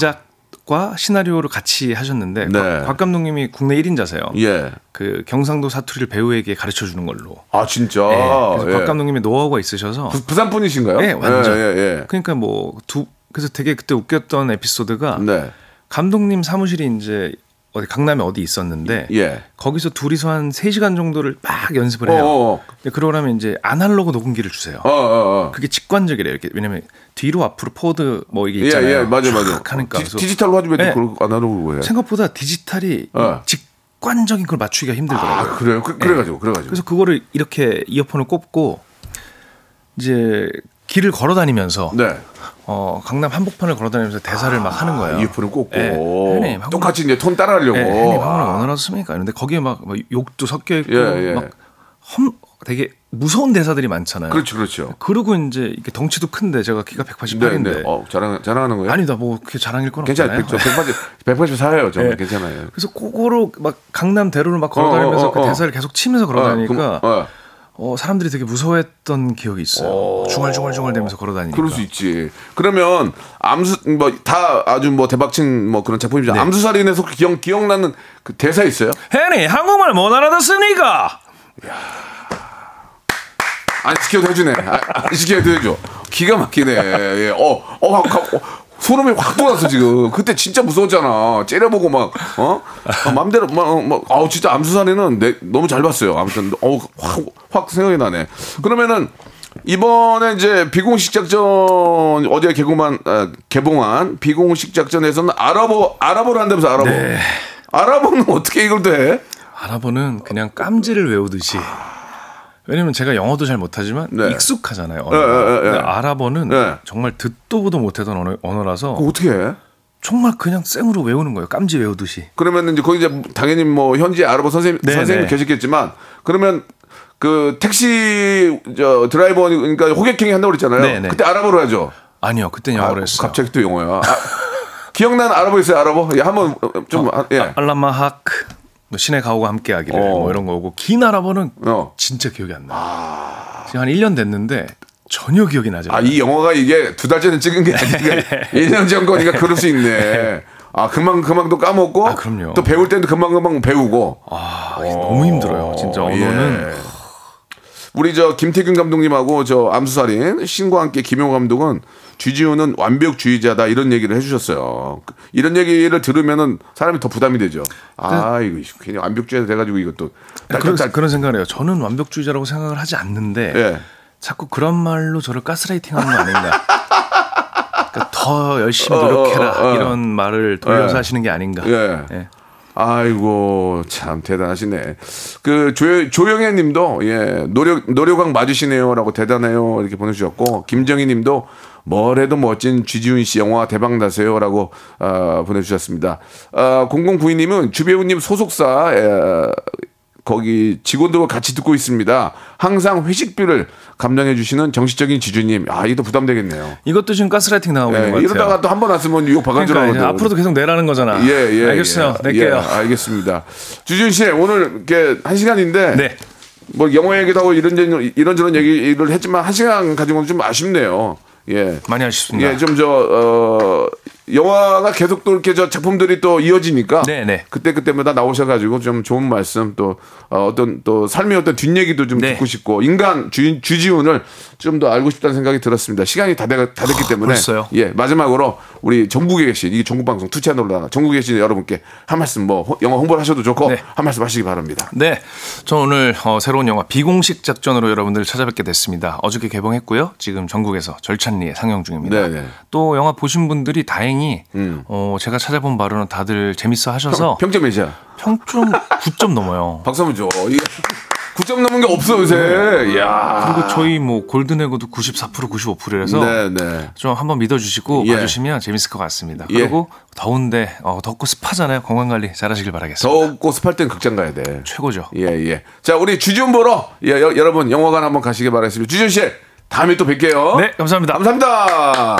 S6: 제작과 시나리오를 같이 하셨는데
S1: 네.
S6: 곽, 곽 감독님이 국내 1인자세요.
S1: 예.
S6: 그 경상도 사투리를 배우에게 가르쳐 주는 걸로.
S1: 아 진짜.
S6: 예. 그래서
S1: 예.
S6: 곽 감독님의 노하우가 있으셔서
S1: 부- 부산 분이신가요?
S6: 네, 완전.
S1: 예, 예,
S6: 그러니까 뭐 두 그래서 되게 그때 웃겼던 에피소드가
S1: 예. 네.
S6: 감독님 사무실이 이제 어디 강남에 어디 있었는데
S1: 예.
S6: 거기서 둘이서 한 3시간 정도를 막 연습을 해요.
S1: 어, 어.
S6: 근데 그러고 나면 이제 아날로그 녹음기를 주세요.
S1: 어, 어, 어.
S6: 그게 직관적이래요. 이렇게 왜냐면 뒤로 앞으로 포워드 뭐 이게
S1: 예,
S6: 있잖아요.
S1: 예, 맞아, 맞아.
S6: 촥 하니까
S1: 디,
S6: 그래서
S1: 디지털로 하지 왜
S6: 네.
S1: 그걸 안 하려고 해?
S6: 생각보다 디지털이
S1: 어.
S6: 직관적인 걸 맞추기가 힘들더라고요.
S1: 아 그래요? 그, 그래가지고, 그래가지고.
S6: 네. 그래서 그거를 이렇게 이어폰을 꼽고 이제 길을 걸어 다니면서
S1: 네.
S6: 어, 강남 한복판을 걸어 다니면서 대사를 막 하는 거예요.
S1: 아, 이어폰을 꽂고
S6: 예. 형님, 한국-
S1: 똑같이 이제 톤 따라하려고.
S6: 예, 형님 방문을
S1: 아,
S6: 어느 나라 씁니까? 이런데 거기에 막, 막 욕도 섞여 있고
S1: 예, 예.
S6: 막 험, 되게 무서운 대사들이 많잖아요.
S1: 그렇죠, 그렇죠.
S6: 러고 이제 이렇게 덩치도 큰데 제가 키가
S1: 네,
S6: 188인데
S1: 네. 어, 자랑 자랑하는 거예요?
S6: 아니다 뭐 그게 자랑일 건
S1: 괜찮아요. 그렇죠.
S6: 없잖아요.
S1: 180, 184예요, 정말
S6: 예.
S1: 괜찮아요.
S6: 그래서 그거로 막 강남 대로를 막 걸어다니면서
S1: 어, 어,
S6: 그
S1: 어.
S6: 대사를 계속 치면서 걸어다니까
S1: 어, 그럼, 어.
S6: 어, 사람들이 되게 무서워했던 기억이 있어요. 중얼중얼중얼 대면서 걸어다니니까.
S1: 그럴 수 있지. 그러면 암수 뭐 다 아주 뭐 대박친 뭐 그런
S6: 네.
S1: 작품이죠. 암수살인에서 기억 기억나는 그 대사 있어요?
S6: 혜니 한국말 못 알아듣으니까
S1: 안 시켜도 해주네. 아, 안 시켜도 해줘. 기가 막히네. 예. 어, 어, 확, 확, 어, 소름이 확 돋았어 지금. 그때 진짜 무서웠잖아. 째려보고 막, 어, 아, 맘대로 막, 막, 아우 진짜 암수산에는 내, 너무 잘 봤어요. 아무튼, 어, 확, 확 생각이 나네. 그러면은 이번에 이제 비공식 작전 어제 개봉한 아, 개봉한 비공식 작전에서는 아랍어 아랍어를 한다면서 아랍어. 아랍어는 어떻게 이걸 또 해?
S6: 아랍어는 그냥 깜지를 외우듯이. 왜냐면 제가 영어도 잘 못하지만
S1: 네.
S6: 익숙하잖아요.
S1: 예, 예,
S6: 언어가.
S1: 예.
S6: 근데 아랍어는
S1: 예.
S6: 정말 듣도 보도 못하던 언어, 언어라서
S1: 그거 어떻게 해?
S6: 정말 그냥 쌩으로 외우는 거예요. 깜지 외우듯이.
S1: 그러면 이제 거기 이제 당연히 뭐 현지 아랍어 선생님
S6: 네,
S1: 선생님
S6: 네.
S1: 계셨겠지만 그러면 그 택시 저 드라이버 그러니까 호객행위 한다고 그랬잖아요.
S6: 네, 네.
S1: 그때 아랍어로 하죠.
S6: 아니요, 그때
S1: 아,
S6: 영어로 했어요.
S1: 갑자기 또 영어야. 아, 기억나는 아랍어 있어요, 아랍어? 예, 한번 좀 아, 예.
S6: 알라마학 뭐 신의 가오가 함께하기를
S1: 어.
S6: 뭐 이런 거고 긴 아랍어는
S1: 어.
S6: 진짜 기억이 안 나요. 지금 한 1년 됐는데 전혀 기억이 나지
S1: 아,
S6: 않아요.
S1: 이 영화가 이게 두 달 전에 찍은 게 아니니까 1년 전 거니까 그럴 수 있네. 아, 금방 금방 또 까먹고
S6: 아, 그럼요.
S1: 또 배울 때도 금방 금방 배우고.
S6: 아, 이게 너무 힘들어요. 진짜
S1: 어,
S6: 언어는
S1: 예. 우리 저 김태균 감독님하고 저 암수살인 신과 함께 김용 감독은 주지훈은 완벽주의자다 이런 얘기를 해주셨어요. 그- 이런 얘기를 들으면은 사람이 더 부담이 되죠. 아 이거 괜히 완벽주의자 돼가지고 이것도
S6: 네. 그런,
S1: 딸딸딸-
S6: 그런 생각을 해요. 저는 완벽주의자라고 생각을 하지 않는데
S1: 예.
S6: 자꾸 그런 말로 저를 가스라이팅하는 거 아닌가. 그러니까 더 더 열심히
S1: 어, 어,
S6: 노력해라
S1: 어, 어.
S6: 이런 말을 돌려서
S1: 예.
S6: 하시는 게 아닌가.
S1: 예.
S6: 예.
S1: 아이고 참 대단하시네. 그 조, 조영애님도 예 노력 노력왕 맞으시네요라고 대단해요 이렇게 보내주셨고 김정희님도 뭐래도 멋진 쥐지훈 씨 영화 대박 나세요라고 아, 보내주셨습니다. 아, 0092님은 주배우님 소속사 에, 거기 직원들과 같이 듣고 있습니다. 항상 회식비를 감당해 주시는 정신적인 지주님. 아 이것도 부담되겠네요.
S6: 이것도 지금 가스라이팅 나오고
S1: 예,
S6: 있는 것 같아요.
S1: 이러다가 또 한 번 왔으면 욕 바가지로
S6: 그러니까 이제
S1: 나오거든요.
S6: 앞으로도 계속 내라는 거잖아.
S1: 예, 예.
S6: 알겠어요.
S1: 예, 예,
S6: 낼게요.
S1: 알겠습니다. 주준 씨, 오늘 이렇게 한 시간인데.
S6: 네.
S1: 뭐 영어 얘기도 하고 이런저런, 이런저런 얘기를 했지만 한 시간 가진 건 좀 아쉽네요. 예.
S6: 많이 아쉽습니다.
S1: 예, 좀 저, 어, 영화가 계속 또 이렇게 저 작품들이 또 이어지니까.
S6: 네, 네.
S1: 그때그때마다 나오셔가지고 좀 좋은 말씀 또 어, 어떤 또 삶의 어떤 뒷얘기도 좀
S6: 네.
S1: 듣고 싶고 인간 주, 주지훈을 좀 더 알고 싶다는 생각이 들었습니다. 시간이 다, 돼, 다 됐기 때문에.
S6: 아, 벌써요?
S1: 예, 마지막으로 우리 전국에 계신 이 전국 방송 투치한 올라가 전국에 계신 여러분께 한 말씀 뭐 호- 영화 홍보를 하셔도 좋고
S6: 네.
S1: 한 말씀 하시기 바랍니다.
S6: 네, 저는 오늘 어, 새로운 영화 비공식 작전으로 여러분들 찾아뵙게 됐습니다. 어저께 개봉했고요. 지금 전국에서 절찬리에 상영 중입니다.
S1: 네네. 음.
S6: 또 영화 보신 분들이 다행히 어, 제가 찾아본 바로는 다들 재밌어 하셔서
S1: 평점 몇이야?
S6: 평점 9점 넘어요.
S1: 박수 한번 줘. 이 9점 넘은 게 없어
S6: 네.
S1: 요새. 야.
S6: 그리고 저희 뭐 골든에고도 94% 95%라서
S1: 아. 네, 네.
S6: 좀 한번 믿어주시고
S1: 예.
S6: 봐주시면 재밌을 것 같습니다.
S1: 예.
S6: 그리고 더운데 어, 덥고 습하잖아요. 건강 관리 잘하시길 바라겠습니다.
S1: 더웠고 습할 땐 극장 가야 돼.
S6: 최고죠.
S1: 예, 예. 자, 우리 주준 보러 예, 여, 여러분 영화관 한번 가시길 바라겠습니다. 주준 씨, 다음에 또 뵐게요.
S6: 네, 감사합니다.
S1: 감사합니다.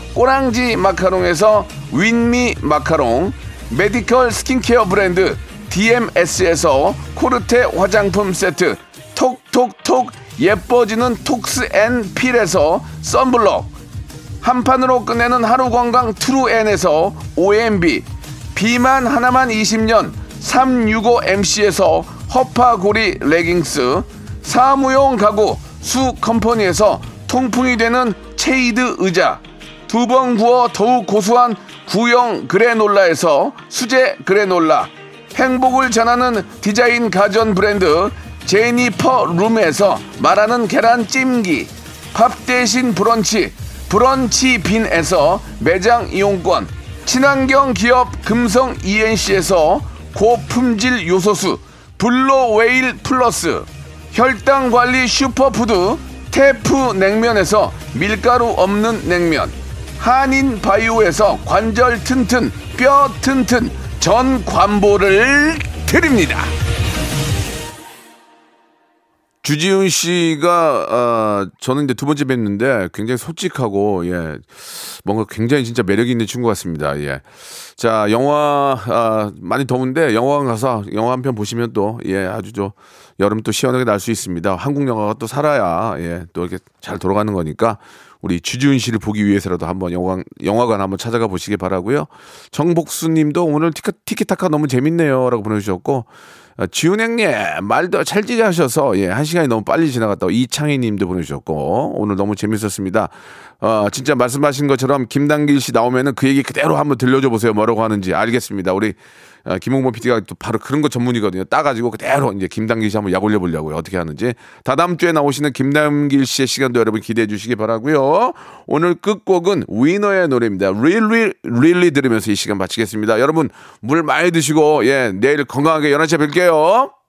S1: 꼬랑지 마카롱에서 윈미 마카롱 메디컬 스킨케어 브랜드 DMS에서 코르테 화장품 세트 톡톡톡 예뻐지는 톡스 앤 필에서 썬블럭 한판으로 끝내는 하루 건강 트루엔에서 OMB 비만 하나만 20년 365MC에서 허파고리 레깅스 사무용 가구 수 컴퍼니에서 통풍이 되는 체이드 의자 두 번 구워 더욱 고소한 구형 그래놀라에서 수제 그래놀라 행복을 전하는 디자인 가전 브랜드 제니퍼 룸에서 말하는 계란 찜기 밥 대신 브런치 브런치 빈에서 매장 이용권 친환경 기업 금성 ENC에서 고품질 요소수 블로웨일 플러스 혈당 관리 슈퍼푸드 테프 냉면에서 밀가루 없는 냉면 한인 바이오에서 관절 튼튼 뼈 튼튼 전 관보를 드립니다. 주지훈 씨가 아, 저는 이제 두 번째 뵀는데 굉장히 솔직하고 예 뭔가 굉장히 진짜 매력 있는 친구 같습니다. 예. 자 영화 아, 많이 더운데 영화관 가서 영화 한 편 보시면 또 예 아주 저 여름 또 시원하게 날 수 있습니다. 한국 영화가 또 살아야 예또 이렇게 잘 돌아가는 거니까 우리 주지훈 씨를 보기 위해서라도 한번 영화, 영화관 한번 찾아가 보시기 바라고요. 정복수 님도 오늘 티카, 티키타카 너무 재밌네요. 라고 보내주셨고, 아, 지훈행님 말도 찰지게 하셔서 예, 한 시간이 너무 빨리 지나갔다고 이창희님도 보내주셨고 오늘 너무 재밌었습니다. 어, 진짜 말씀하신 것처럼 김단길 씨 나오면은 그 얘기 그대로 한번 들려줘 보세요. 뭐라고 하는지 알겠습니다. 우리 아, 김홍범 PD가 또 바로 그런 거 전문이거든요. 따가지고 그대로 이제 김단길 씨 한번 약 올려 보려고요. 어떻게 하는지. 다다음 주에 나오시는 김단길 씨의 시간도 여러분 기대해 주시기 바라고요. 오늘 끝곡은 위너의 노래입니다. Really, really 들으면서 이 시간 마치겠습니다. 여러분 물 많이 드시고 예 내일 건강하게 11시에 뵐게요.